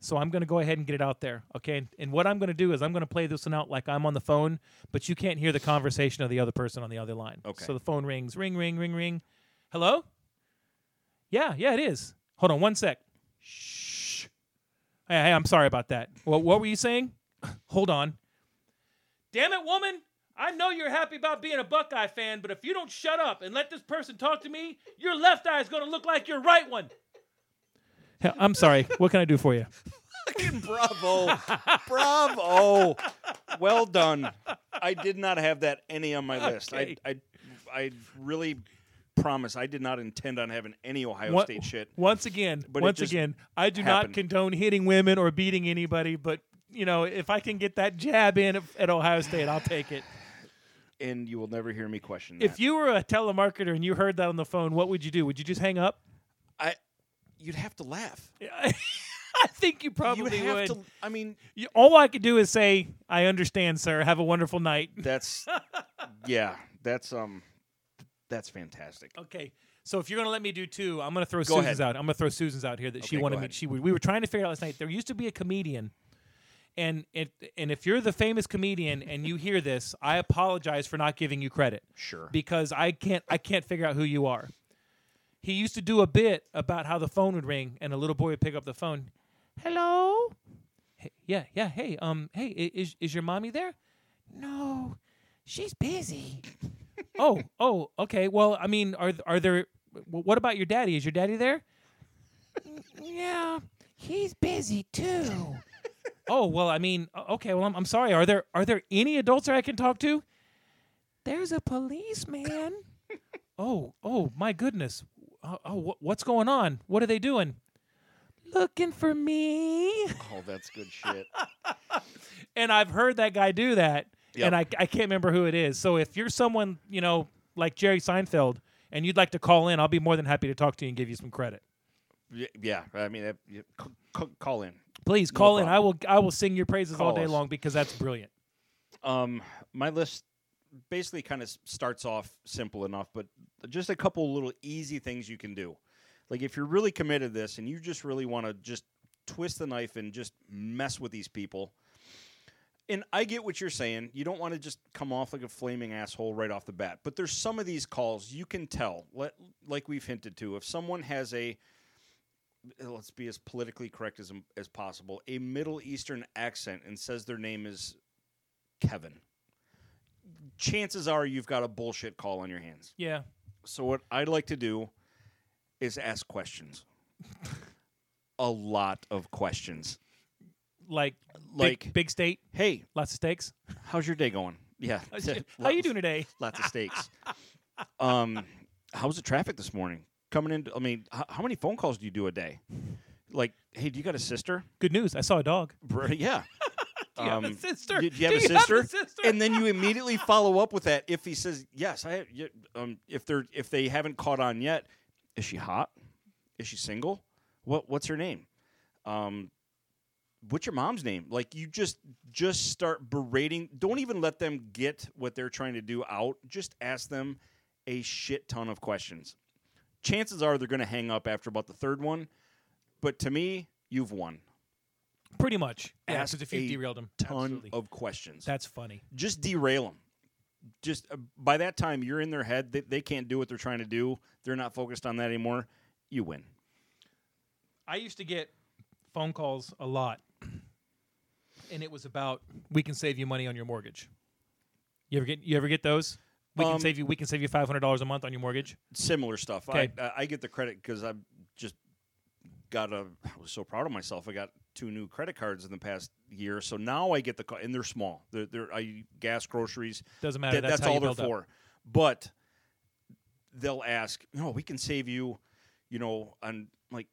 Speaker 2: so I'm gonna go ahead and get it out there. Okay. And, and what I'm gonna do is I'm gonna play this one out like I'm on the phone, but you can't hear the conversation of the other person on the other line.
Speaker 1: Okay.
Speaker 2: So the phone rings. Ring. Ring. Ring. Ring. Hello. Yeah. Yeah. It is. Hold on one sec. Shh. Hey, hey, I'm sorry about that. What, what were you saying? <coughs> Hold on. Damn it, woman! I know you're happy about being a Buckeye fan, but if you don't shut up and let this person talk to me, your left eye is going to look like your right one. I'm sorry. What can I do for you?
Speaker 1: Fucking <laughs>
Speaker 2: <laughs>
Speaker 1: bravo. bravo. Well done. I did not have that any on my list. I, I, I really promise I did not intend on having any Ohio
Speaker 2: What-
Speaker 1: State shit.
Speaker 2: Once again,
Speaker 1: But it
Speaker 2: once
Speaker 1: just
Speaker 2: again, I do not
Speaker 1: happened.
Speaker 2: condone hitting women or beating anybody, but you know, if I can get that jab in at, at Ohio State, I'll take it.
Speaker 1: And you will never hear me question that.
Speaker 2: If you were a telemarketer and you heard that on the phone, what would you do? Would you just hang up? <laughs>
Speaker 1: I, you'd have to laugh.
Speaker 2: I think you probably
Speaker 1: you have
Speaker 2: would.
Speaker 1: to. I mean,
Speaker 2: You- all I could do is say, "I understand, sir. Have a wonderful night." <laughs>
Speaker 1: <laughs> that's yeah. That's um, that's fantastic.
Speaker 2: Okay. So if you're gonna let me do two, I'm gonna throw
Speaker 1: Go ahead.
Speaker 2: Susan's out. I'm gonna throw Susan's out here that she
Speaker 1: Okay, go
Speaker 2: wanted me.
Speaker 1: ahead.
Speaker 2: She would, we were trying to figure out last night. There used to be a comedian, and it, and if you're the famous comedian and you hear this, I apologize for not giving you credit
Speaker 1: Sure.
Speaker 2: because I can't I can't figure out who you are. He used to do a bit about how the phone would ring and a little boy would pick up the phone. Hello. Hey, yeah, yeah. Hey, um, hey, i- is is your mommy there? No, she's busy. <laughs> oh, oh, okay. Well, I mean, are th- are there? wh- What about your daddy? Is your daddy there? yeah, he's busy too. <laughs> oh well, I mean, o- okay. Well, I'm, I'm sorry. Are there are there any adults that I can talk to? There's a policeman. <laughs> oh, oh my goodness. Oh, oh, wh- what's going on? What are they doing? Looking for me.
Speaker 1: oh, that's good shit.
Speaker 2: <laughs> and I've heard that guy do that,
Speaker 1: Yep.
Speaker 2: and I, I can't remember who it is. So if you're someone you know like Jerry Seinfeld and you'd like to call in, I'll be more than happy to talk to you and give you some credit.
Speaker 1: Y- yeah, I mean, that, you- c- c- call in.
Speaker 2: Please
Speaker 1: No
Speaker 2: call in. I will
Speaker 1: problem.
Speaker 2: I will sing your praises all
Speaker 1: Call
Speaker 2: day
Speaker 1: us.
Speaker 2: long because that's brilliant.
Speaker 1: Um, my list basically kind of starts off simple enough, but just a couple little easy things you can do. Like if you're really committed to this and you just really want to just twist the knife and just mess with these people. And I get what you're saying. You don't want to just come off like a flaming asshole right off the bat. But there's some of these calls you can tell, let, like we've hinted to, if someone has a let's be as politically correct as as possible, a Middle Eastern accent and says their name is Kevin, chances are you've got a bullshit call on your hands.
Speaker 2: Yeah.
Speaker 1: So what I'd like to do is ask questions. a lot of questions.
Speaker 2: Like
Speaker 1: Like,
Speaker 2: big, big state,
Speaker 1: hey,
Speaker 2: lots of <laughs> steaks.
Speaker 1: how's your day going? Yeah.
Speaker 2: <laughs>
Speaker 1: <laughs>
Speaker 2: How you doing today?
Speaker 1: Lots of steaks. um, how was the traffic this morning? Coming in, I mean, h- how many phone calls do you do a day? Like, hey, do you got a sister?
Speaker 2: Good news. I saw a dog.
Speaker 1: Br- Yeah.
Speaker 2: Do you have a
Speaker 1: Um,
Speaker 2: sister?
Speaker 1: Do, do you have a sister? And then you immediately follow up with that if he says yes. I y- um, if they're if they haven't caught on yet, is she hot? Is she single? What what's her name? Um, what's your mom's name? Like you just just start berating. Don't even let them get what they're trying to do out. Just ask them a shit ton of questions. Chances are they're going to hang up after about the third one. But to me, you've won.
Speaker 2: Pretty much. Yeah,
Speaker 1: Ask
Speaker 2: because if you
Speaker 1: a
Speaker 2: derailed him,
Speaker 1: Ton
Speaker 2: Absolutely.
Speaker 1: of questions
Speaker 2: that's funny.
Speaker 1: just derail them. Just uh, by that time, you're in their head. They, they can't do what they're trying to do. They're not focused on that anymore. You win.
Speaker 2: I used to get phone calls a lot, and it was about we can save you money on your mortgage. You ever get you ever get those? We
Speaker 1: Um,
Speaker 2: can save you. We can save you five hundred dollars a month on your mortgage.
Speaker 1: Similar stuff. I,
Speaker 2: Okay.
Speaker 1: I, I get the credit because I just got a. I was so proud of myself. I got two new credit cards in the past year, so now I get the ca- and they're small. They're, they're I gas groceries.
Speaker 2: Doesn't matter.
Speaker 1: That-
Speaker 2: that's
Speaker 1: that's,
Speaker 2: how you
Speaker 1: all they're
Speaker 2: build up.
Speaker 1: for. But they'll ask, no, we can save you, you know, on like,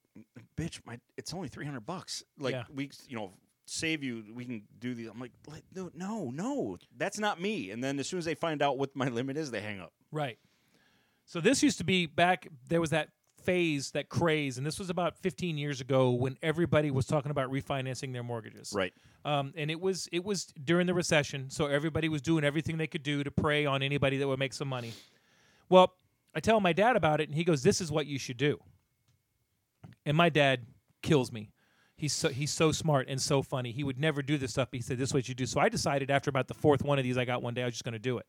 Speaker 1: bitch, my it's only three hundred bucks. Like
Speaker 2: Yeah.
Speaker 1: we, you know, save you. We can do the. I'm like, "Like, no, no, no, that's not me. And then as soon as they find out what my limit is, they hang up.
Speaker 2: Right. So this used to be back there was that phase, that craze, and this was about 15 years ago when everybody was talking about refinancing their mortgages.
Speaker 1: Right.
Speaker 2: Um, and it was it was during the recession, so everybody was doing everything they could do to prey on anybody that would make some money. Well, I tell my dad about it, and he goes, "This is what you should do." And my dad kills me. He's so he's so smart and so funny. He would never do this stuff. But he said, "This is what you do." So I decided after about the fourth one of these I got one day, I was just going to do it.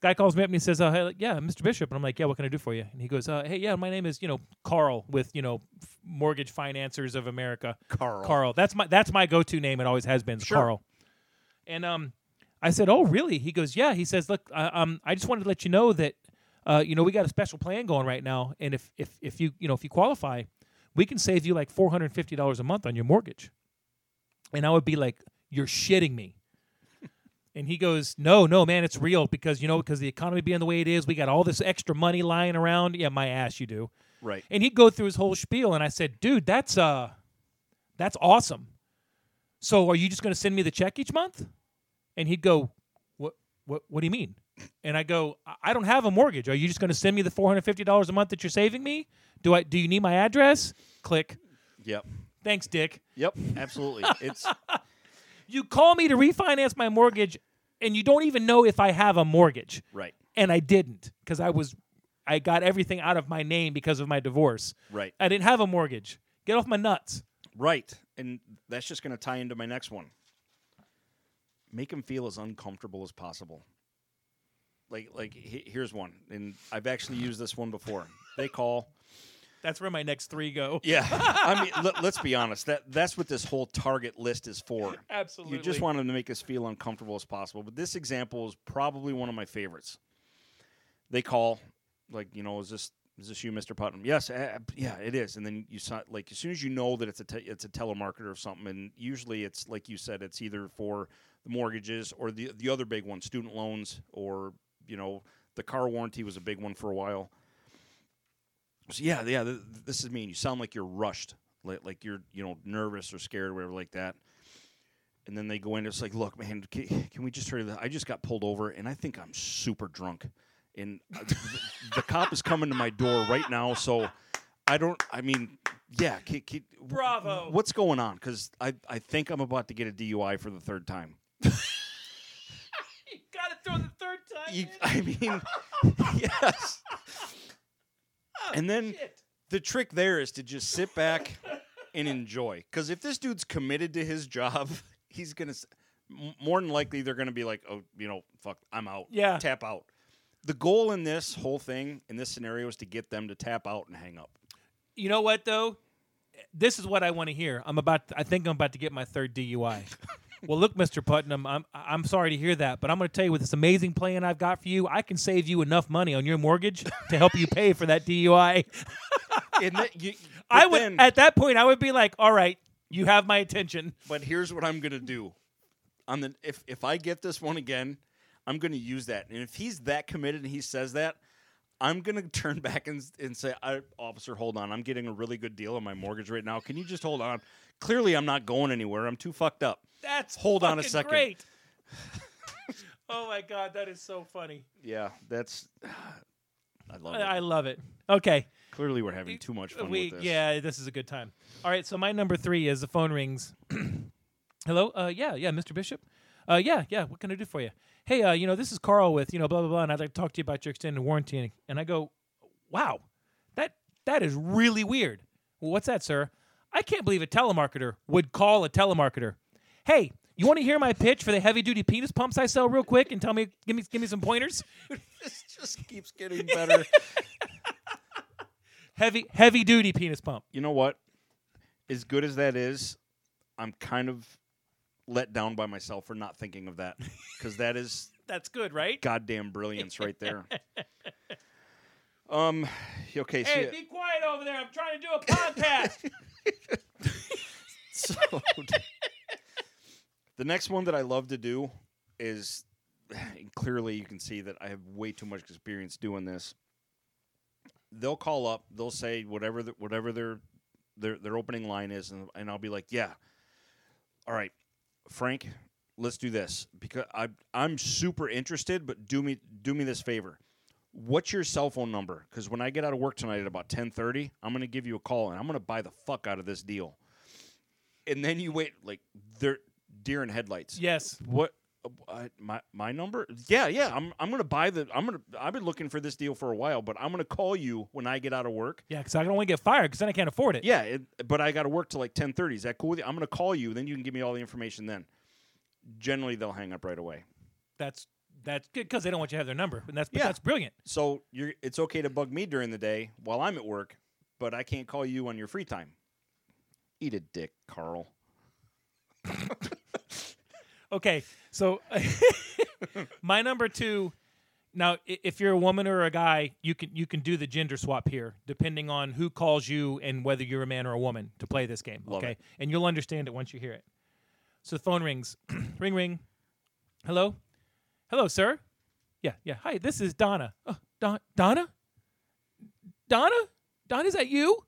Speaker 2: Guy calls me up and he says, uh, hey, "Yeah, Mr. Bishop," and I'm like, "Yeah, what can I do for you?" And he goes, uh, "Hey, yeah, my name is you know Carl with you know F- Mortgage Financiers of America."
Speaker 1: Carl.
Speaker 2: Carl. That's my that's my go-to name. It always has been is
Speaker 1: Sure.
Speaker 2: Carl. And um, I said, "Oh, really?" He goes, "Yeah." He says, "Look, I, um, I just wanted to let you know that, uh, you know, we got a special plan going right now, and if if if you you know if you qualify, we can save you like four hundred fifty dollars a month on your mortgage." And I would be like, "You're shitting me." And he goes, "No, no, man, it's real because you know because the economy being the way it is, we got all this extra money lying around. Yeah, my ass, you do."
Speaker 1: Right.
Speaker 2: and he'd go through his whole spiel and i said dude that's uh that's awesome so are you just going to send me the check each month and he'd go what what what do you mean and i go "I- i don't have a mortgage are you just going to send me the $450 a month that you're saving me do i do you need my address click
Speaker 1: Yep.
Speaker 2: thanks dick
Speaker 1: Yep. Absolutely. it's <laughs>
Speaker 2: you call me to refinance my mortgage and you don't even know if i have a mortgage
Speaker 1: right.
Speaker 2: and i didn't because i was i got everything out of my name because of my divorce
Speaker 1: Right.
Speaker 2: i didn't have a mortgage get off my nuts
Speaker 1: Right. And that's just going to tie into my next one. Make him feel as uncomfortable as possible. Like, like he- here's one, and I've actually used this one before. They call.
Speaker 2: That's where my next three go.
Speaker 1: Yeah. <laughs> I mean, let, let's be honest. That that's what this whole target list is for.
Speaker 2: Absolutely.
Speaker 1: You just want them to make us feel uncomfortable as possible. But this example is probably one of my favorites. They call, like, you know, is this is this you, Mister Putnam? Yes, uh, yeah, it is. And then you saw, like, as soon as you know that it's a te- it's a telemarketer or something, and usually it's like you said, it's either for the mortgages or the the other big one, student loans, or you know, the car warranty was a big one for a while. So yeah, yeah, th- th- this is me. And you sound like you're rushed, like, like you're you know nervous or scared, or whatever, like that and then they go in. It's like, look, man, can, can we just hurry? the- I just got pulled over, and I think I'm super drunk, and uh, th- the cop is coming to my door right now. So I don't. I mean, yeah, ki- ki- w-
Speaker 2: Bravo.
Speaker 1: What's going on? Because I I think I'm about to get a DUI for the third time.
Speaker 2: You gotta throw the third time.
Speaker 1: You- I mean, <laughs> yes.
Speaker 2: Oh,
Speaker 1: And then the trick there is to just sit back and enjoy. Because if this dude's committed to his job, <laughs> he's gonna s- m- more than likely they're gonna be like, oh, you know, fuck, I'm out.
Speaker 2: Yeah.
Speaker 1: tap out. The goal in this whole thing, in this scenario, is to get them to tap out and hang up.
Speaker 2: <laughs> You
Speaker 1: <laughs>
Speaker 2: know what though? This is what I want to hear. I'm about. I think I'm about to get my third DUI. Well, look, Mr. Putnam, I'm I'm sorry to hear that, but I'm going to tell you with this amazing plan I've got for you, I can save you enough money on
Speaker 1: <laughs>
Speaker 2: your mortgage to help you pay for that DUI.
Speaker 1: And that you,
Speaker 2: I
Speaker 1: but
Speaker 2: would
Speaker 1: then-
Speaker 2: at that point I would be like, "All right, you have my attention."
Speaker 1: but here's what I'm gonna do. On the if if I get this one again, I'm gonna use that. And if he's that committed and he says that, I'm gonna <laughs> turn back and, and say, I, "Officer, hold on. I'm getting a really good deal on my mortgage right now. Can you just hold on? Clearly, I'm not going anywhere. I'm too fucked up.
Speaker 2: That's
Speaker 1: Hold on a
Speaker 2: fucking
Speaker 1: second.
Speaker 2: Great. <laughs> oh my god, that is so funny.
Speaker 1: Yeah, that's. <sighs> I love
Speaker 2: I,
Speaker 1: it.
Speaker 2: I love it. Okay.
Speaker 1: Clearly, we're having too much fun
Speaker 2: we,
Speaker 1: with this.
Speaker 2: Yeah, this is a good time. All right, so my number three is the phone rings. <clears throat> Hello? Uh, yeah, yeah, Mr. Bishop? Uh, yeah, yeah, what can I do for you? Hey, uh, you know, this is Carl with, you know, blah, blah, blah, and I'd like to talk to you about your extended warranty. And I go, wow, that that is really weird. Well, what's that, sir? I can't believe a telemarketer would call a telemarketer. Hey, you want to hear my pitch for the heavy duty penis pumps I sell real quick and tell me, give me, give me some pointers?
Speaker 1: this just keeps getting
Speaker 2: <laughs>
Speaker 1: better.
Speaker 2: heavy, heavy duty penis pump.
Speaker 1: you know what? As good as that is, I'm kind of let down by myself for not thinking of that because that is
Speaker 2: That's good, right?
Speaker 1: goddamn brilliance right there. Um, okay, so,
Speaker 2: Hey,
Speaker 1: yeah,
Speaker 2: be quiet over there. I'm trying to do a podcast.
Speaker 1: so the next one that I love to do is <sighs> and clearly you can see that I have way too much experience doing this. They'll call up, they'll say whatever the, whatever their their their opening line is, and, and I'll be like, yeah, all right, Frank, let's do this because I I'm super interested, but do me do me this favor. What's your cell phone number? Because when I get out of work tonight at about ten thirty, I'm gonna give you a call and I'm gonna buy the fuck out of this deal. And then you wait like they're deer in headlights.
Speaker 2: <laughs> yes.
Speaker 1: What? uh, I, my my number? Yeah, yeah. I'm I'm gonna buy the. I'm gonna. I've been looking for this deal for a while, but I'm gonna call you when I get out of work.
Speaker 2: Yeah, because I don't want to get fired because then I can't afford it.
Speaker 1: Yeah, it, but I got to work till like ten thirty. Is that cool with you? I'm gonna call you. Then you can give me all the information. Then, generally they'll hang up right away.
Speaker 2: That's that's good because they don't want you to have their number. And that's but
Speaker 1: Yeah.
Speaker 2: that's brilliant.
Speaker 1: So you're. It's okay to bug me during the day while I'm at work, but I can't call you on your free time. Eat a dick, Carl.
Speaker 2: Okay, so <laughs> my number two. Now, i- if you're a woman or a guy, you can you can do the gender swap here, depending on who calls you and whether you're a man or a woman to play this game.
Speaker 1: Love
Speaker 2: okay,
Speaker 1: it.
Speaker 2: and you'll understand it once you hear it. So the phone rings, <clears throat> ring ring. Hello, hello, sir. Yeah, yeah. Hi, this is Donna. Oh, Don- Donna, Donna, Donna, is that you?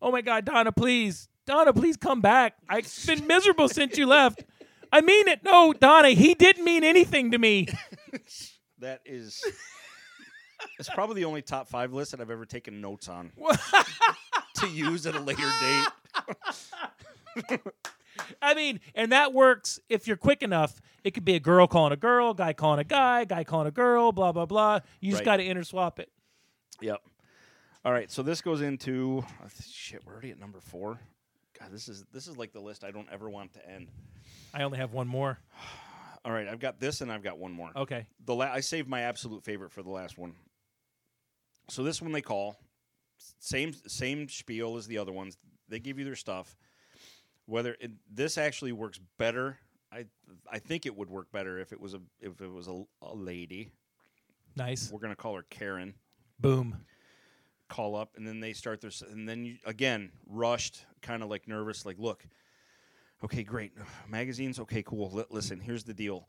Speaker 2: Oh my God, Donna, please. Donna, please come back. I've been miserable since you left. I mean it. No, Donna, he didn't mean anything to me.
Speaker 1: That is. It's probably the only top five list that I've ever taken notes on to use at a later date.
Speaker 2: I mean, and that works if you're quick enough. It could be a girl calling a girl, guy calling a guy, guy calling a girl, blah, blah, blah. You just
Speaker 1: Right.
Speaker 2: got to interswap it.
Speaker 1: Yep. All right, so this goes into oh, shit. We're already at number four. God, this is this is like the list I don't ever want to end.
Speaker 2: I only have one more.
Speaker 1: All right, I've got this and I've got one more.
Speaker 2: Okay.
Speaker 1: The la- I saved my absolute favorite for the last one. So this one they call s- same same spiel as the other ones. They give you their stuff. Whether it, this actually works better, I I think it would work better if it was a if it was a, a lady.
Speaker 2: Nice.
Speaker 1: We're gonna call her Karen.
Speaker 2: Boom.
Speaker 1: call up and then they start their s- and then you, again rushed kind of like nervous like look okay great magazines okay cool Li- listen here's the deal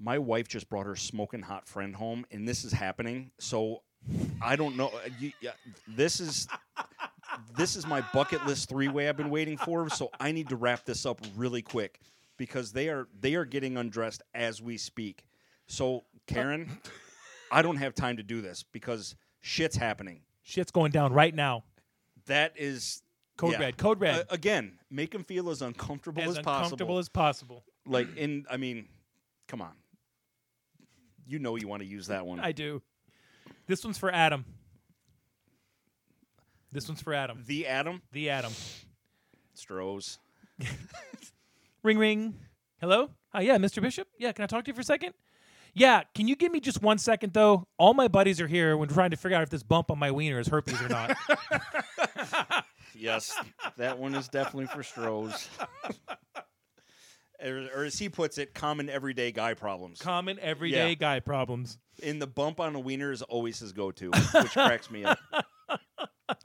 Speaker 1: my wife just brought her smoking hot friend home and this is happening so i don't know uh, you, yeah, this is this is my bucket list three way i've been waiting for so i need to wrap this up really quick because they are they are getting undressed as we speak so karen i don't have time to do this because shit's happening
Speaker 2: Shit's going down right now.
Speaker 1: that is
Speaker 2: Code
Speaker 1: yeah.
Speaker 2: red. Code red.
Speaker 1: A- again, make them feel as uncomfortable
Speaker 2: as
Speaker 1: as,
Speaker 2: uncomfortable
Speaker 1: possible.
Speaker 2: as possible.
Speaker 1: like in, I mean, come on, you know you want to use that one.
Speaker 2: I do. This one's for Adam. This one's for Adam.
Speaker 1: the Adam
Speaker 2: The Adam.
Speaker 1: Strohs.
Speaker 2: Ring ring. Hello? Hi, yeah, Mr. Bishop? Yeah, can I talk to you for a second? Yeah, can you give me just one second though? All my buddies are here when trying to figure out if this bump on my wiener is herpes
Speaker 1: <laughs>
Speaker 2: or not. <laughs>
Speaker 1: Yes, that one is definitely for Strohs. or, or as he puts it, common everyday guy problems.
Speaker 2: Common everyday
Speaker 1: Yeah.
Speaker 2: guy problems.
Speaker 1: In the bump on a wiener is always his go-to, which cracks me up.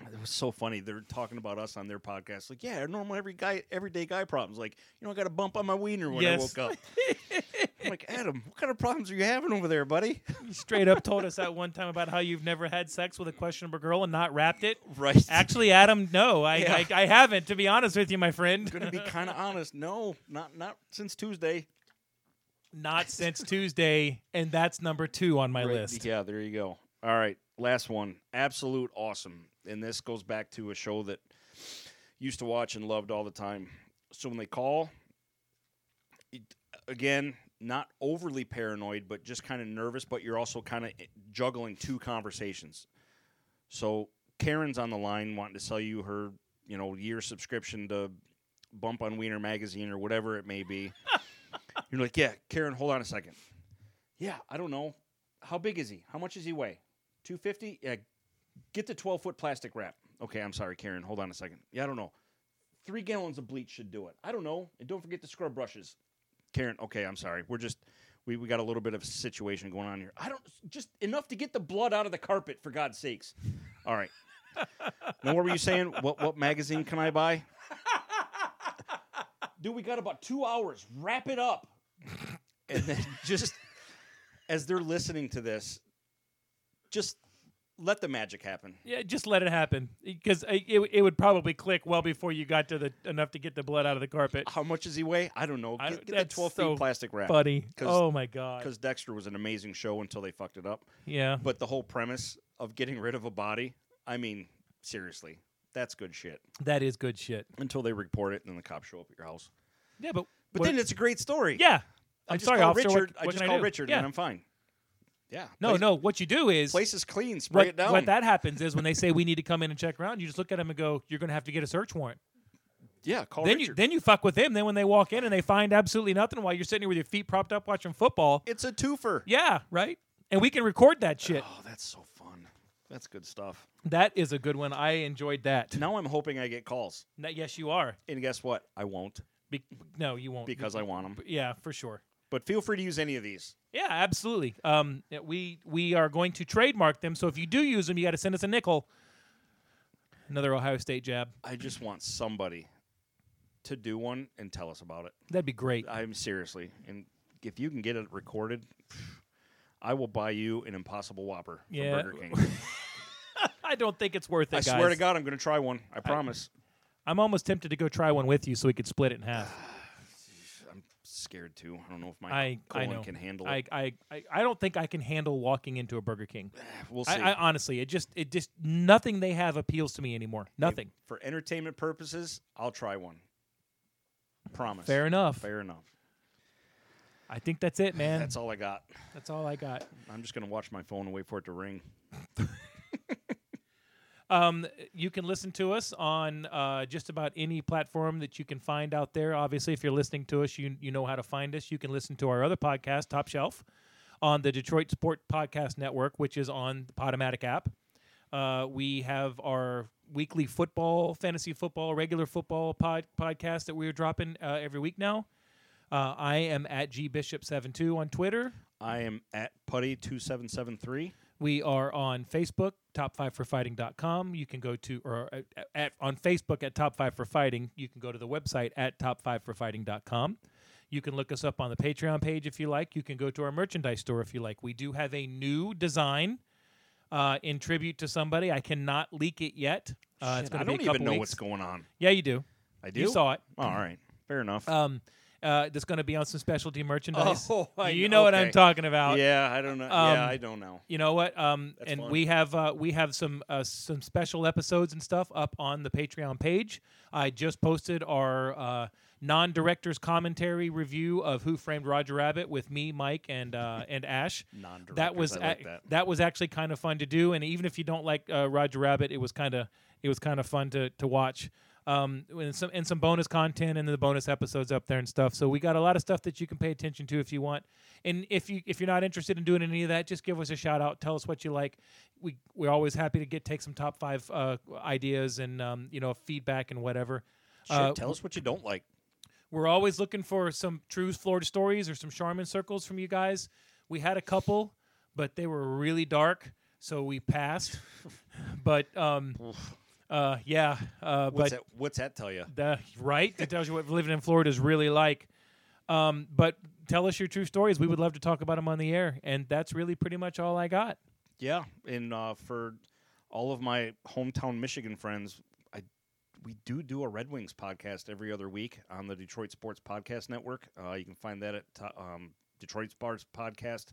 Speaker 1: It was so funny. They're talking about us on their podcast. Like, yeah, normal every guy, everyday guy problems. Like, you know, I got a bump on my wiener when I
Speaker 2: Yes.
Speaker 1: woke up. I'm like, Adam, what kind of problems are you having over there, buddy?
Speaker 2: You straight up told us that one time about how you've never had sex with a questionable girl and not wrapped it.
Speaker 1: Right.
Speaker 2: Actually, Adam, no, I,
Speaker 1: Yeah.
Speaker 2: I, I haven't. To be honest with you, my
Speaker 1: going to
Speaker 2: friend,
Speaker 1: be kind of honest. No, not not since Tuesday.
Speaker 2: not since Tuesday, and that's number two on my
Speaker 1: Right,
Speaker 2: list.
Speaker 1: Yeah, there you go. All right, last one. Absolute awesome. And this goes back to a show that used to watch and loved all the time. So when they call, it, again, not overly paranoid, but just kind of nervous, but you're also kind of juggling two conversations. So Karen's on the line wanting to sell you her, you know, year subscription to Bump on Wiener magazine or whatever it may
Speaker 2: <laughs>
Speaker 1: be. you're like, yeah, Karen, hold on a second. Yeah, I don't know. How big is he? How much does he weigh? 250? Yeah, get the 12 foot plastic wrap. Okay, I'm sorry, Karen. Hold on a second. Yeah, I don't know. Three gallons of bleach should do it. I don't know. And don't forget the scrub brushes. Karen, okay, I'm sorry. We're just, we, we got a little bit of a situation going on here. I don't, just enough to get the blood out of the carpet, for God's sakes. All right. <laughs> now, what were you saying? What, what magazine can I buy? Dude, we got about two hours. Wrap it up. and then just as they're listening to this, just let the magic happen.
Speaker 2: Yeah, just let it happen because it, it, it would probably click well before you got to the enough to get the blood out of the carpet.
Speaker 1: How much does he weigh? I don't know. Get,
Speaker 2: I don't-
Speaker 1: get that
Speaker 2: that's
Speaker 1: 12
Speaker 2: so
Speaker 1: feet plastic wrap.
Speaker 2: Buddy,
Speaker 1: 'Cause-
Speaker 2: oh my god,
Speaker 1: Because Dexter was an amazing show until they fucked it up.
Speaker 2: yeah,
Speaker 1: But the whole premise of getting rid of a body, I mean, seriously, that's good shit.
Speaker 2: that is good shit.
Speaker 1: Until they report it and then the cops show up at your house.
Speaker 2: Yeah, but
Speaker 1: But
Speaker 2: what-
Speaker 1: then it's a great story.
Speaker 2: yeah,
Speaker 1: I
Speaker 2: I'm
Speaker 1: just
Speaker 2: sorry,
Speaker 1: call
Speaker 2: officer. what-
Speaker 1: Richard.
Speaker 2: what
Speaker 1: I just
Speaker 2: can
Speaker 1: call
Speaker 2: do?
Speaker 1: Richard
Speaker 2: yeah.
Speaker 1: and I'm fine. Yeah.
Speaker 2: No,
Speaker 1: place,
Speaker 2: no. What you do is
Speaker 1: Place is clean. Spray
Speaker 2: what,
Speaker 1: it down.
Speaker 2: what that happens is when they say we need to come in and check around, you just look at them and go, "You're going to have to get a search warrant."
Speaker 1: yeah, call
Speaker 2: then you
Speaker 1: Richard.
Speaker 2: then you fuck with them. Then when they walk in and they find absolutely nothing while you're sitting here with your feet propped up watching football,
Speaker 1: it's a twofer.
Speaker 2: yeah, right. And we can record
Speaker 1: <sighs>
Speaker 2: that shit.
Speaker 1: Oh, that's so fun. That's good stuff.
Speaker 2: That is a good one. I enjoyed that.
Speaker 1: Now I'm hoping I get calls.
Speaker 2: No, yes, you are.
Speaker 1: And guess what? I won't
Speaker 2: Be- no, you won't.
Speaker 1: because I want
Speaker 2: <laughs>
Speaker 1: them.
Speaker 2: yeah, for sure.
Speaker 1: But feel free to use any of these.
Speaker 2: Yeah, absolutely. Um, yeah, we we are going to trademark them. So if you do use them, you got to send us a nickel. Another Ohio State jab.
Speaker 1: I just want somebody to do one and tell us about it.
Speaker 2: That'd be great.
Speaker 1: I'm seriously. And if you can get it recorded, I will buy you an Impossible Whopper
Speaker 2: Yeah.
Speaker 1: from Burger
Speaker 2: <laughs>
Speaker 1: King.
Speaker 2: I don't think it's worth it.
Speaker 1: I
Speaker 2: guys.
Speaker 1: swear to God, I'm going to try one. I promise.
Speaker 2: I'm almost tempted to go try one with you so we could split it in half.
Speaker 1: Ah, I, am scared too. I don't know if my
Speaker 2: I I
Speaker 1: colon
Speaker 2: know.
Speaker 1: can handle
Speaker 2: I,
Speaker 1: it.
Speaker 2: I I I don't think I can handle walking into a Burger King.
Speaker 1: We'll see.
Speaker 2: I, I honestly, it just it just nothing they have appeals to me anymore. Nothing.
Speaker 1: For entertainment purposes, I'll try one. Promise.
Speaker 2: Fair enough.
Speaker 1: Fair enough.
Speaker 2: I think that's it, man.
Speaker 1: That's all I got.
Speaker 2: that's all I got.
Speaker 1: I'm just going to watch my phone and wait for it to ring.
Speaker 2: Um, you can listen to us on uh, just about any platform that you can find out there. Obviously, if you're listening to us, you you know how to find us. You can listen to our other podcast, Top Shelf, on the Detroit Sport Podcast Network, which is on the Podomatic app. Uh, we have our weekly football, fantasy football, regular football pod, podcast that we're dropping uh, every week now. Uh, I am at gbishop72 on Twitter.
Speaker 1: I am at putty2773.
Speaker 2: We are on Facebook, top5forfighting.com. You can go to, or uh, at, on Facebook at Top 5 for Fighting. You can go to the website at top5forfighting.com. You can look us up on the Patreon page if you like. You can go to our merchandise store if you like. We do have a new design uh, in tribute to somebody. I cannot leak it yet. Uh, it's
Speaker 1: Shit,
Speaker 2: gonna
Speaker 1: I don't
Speaker 2: be a
Speaker 1: even
Speaker 2: couple
Speaker 1: know
Speaker 2: weeks.
Speaker 1: what's going on.
Speaker 2: Yeah, you do.
Speaker 1: I do.
Speaker 2: You saw it.
Speaker 1: Oh, all right. Fair enough.
Speaker 2: Um, uh, that's going to be on some specialty merchandise.
Speaker 1: <laughs> Oh, I
Speaker 2: you
Speaker 1: know-
Speaker 2: know what I'm
Speaker 1: okay.
Speaker 2: talking about.
Speaker 1: yeah, I don't know. yeah,
Speaker 2: um,
Speaker 1: I don't know.
Speaker 2: You know what? Um,
Speaker 1: That's
Speaker 2: and
Speaker 1: fun.
Speaker 2: we have uh, we have some uh, some special episodes and stuff up on the Patreon page. I just posted our uh, non directors commentary review of Who Framed Roger Rabbit with me, Mike,
Speaker 1: <laughs>
Speaker 2: and uh, and Ash.
Speaker 1: Non-directors,
Speaker 2: That was
Speaker 1: I like
Speaker 2: ac-
Speaker 1: that.
Speaker 2: was actually kind of fun to do, and even if you don't like uh, Roger Rabbit, it was kind of it was kind of fun to to watch. Um, and some and some bonus content and the bonus episodes up there and stuff. So we got a lot of stuff that you can pay attention to if you want. And if you if you're not interested in doing any of that, just give us a shout out. Tell us what you like. We we're always happy to get take some top five uh, ideas and um, you know feedback and whatever.
Speaker 1: Shit,
Speaker 2: Uh,
Speaker 1: tell us what you don't like.
Speaker 2: We're always looking for some true Florida stories or some Charmin circles from you guys. We had a couple, but they were really dark, so we passed. <laughs> but um, uh, yeah, uh,
Speaker 1: What's
Speaker 2: but
Speaker 1: that? What's that tell you?
Speaker 2: the right it tells you what living in Florida is really like. Um, but tell us your true stories. We would love to talk about them on the air, and that's really pretty much all I got.
Speaker 1: Yeah, and uh, for all of my hometown Michigan friends, I we do do a Red Wings podcast every other week on the Detroit Sports Podcast Network. Uh, you can find that at to, um, Detroit Sports Podcast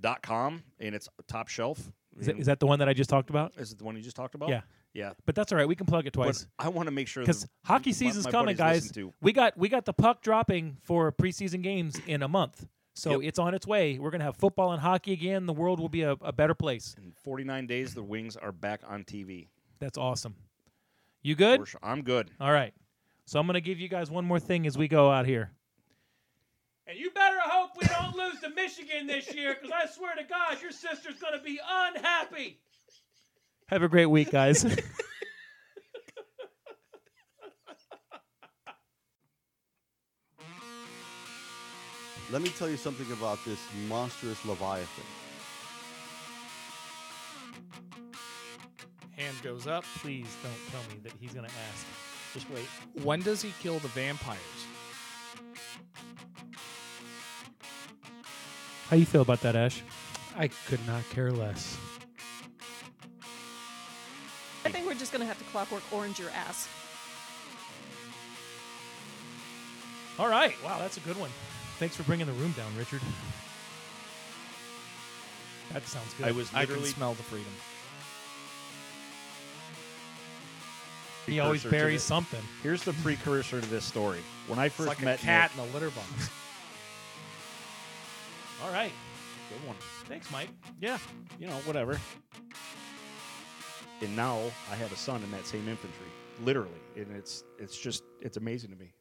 Speaker 1: dot com, and it's top shelf.
Speaker 2: Is that,
Speaker 1: And-
Speaker 2: is that the one that I just talked about?
Speaker 1: is it the one you just talked about?
Speaker 2: Yeah.
Speaker 1: yeah.
Speaker 2: But that's all right. We can plug it twice.
Speaker 1: But I want to make sure
Speaker 2: because
Speaker 1: that
Speaker 2: hockey
Speaker 1: my-
Speaker 2: season's
Speaker 1: my
Speaker 2: coming,
Speaker 1: buddies
Speaker 2: guys.
Speaker 1: listen to-
Speaker 2: We got we got the puck dropping for preseason games in a month, so
Speaker 1: Yep.
Speaker 2: it's on its way. We're gonna have football and hockey again. The world will be a, a better place.
Speaker 1: in 49 days the Wings are back on TV.
Speaker 2: That's awesome. You good?
Speaker 1: For sure. I'm good.
Speaker 2: All right. So I'm gonna give you guys one more thing as we go out here. And you better hope we don't lose to Michigan this year, because I swear to God, your sister's gonna be unhappy. Have a great
Speaker 1: <laughs>
Speaker 2: week, guys.
Speaker 6: Let me tell you something about this monstrous Leviathan.
Speaker 7: Hand goes up.
Speaker 2: Oh, Please don't tell me that he's gonna ask. Just wait.
Speaker 7: When does he kill the vampires?
Speaker 2: How you feel about that, Ash?
Speaker 3: I could not care less.
Speaker 8: I think we're just gonna have to clockwork orange your ass.
Speaker 2: All right. Wow, that's a good one. Thanks for bringing the room down, Richard. That sounds good.
Speaker 1: I was
Speaker 7: I can
Speaker 1: literally
Speaker 7: smell the freedom.
Speaker 2: he always
Speaker 1: precursor to
Speaker 2: buries
Speaker 1: the-
Speaker 2: something.
Speaker 1: Here's the precursor to this story. When I
Speaker 7: It's
Speaker 1: first
Speaker 7: like
Speaker 1: met
Speaker 7: a cat
Speaker 1: Nick-
Speaker 7: in a litter box. <laughs>
Speaker 2: All right.
Speaker 1: good one.
Speaker 2: Thanks, Mike.
Speaker 1: Yeah, you know, whatever. And now I have a son in that same infantry, literally, and it's it's just it's amazing to me.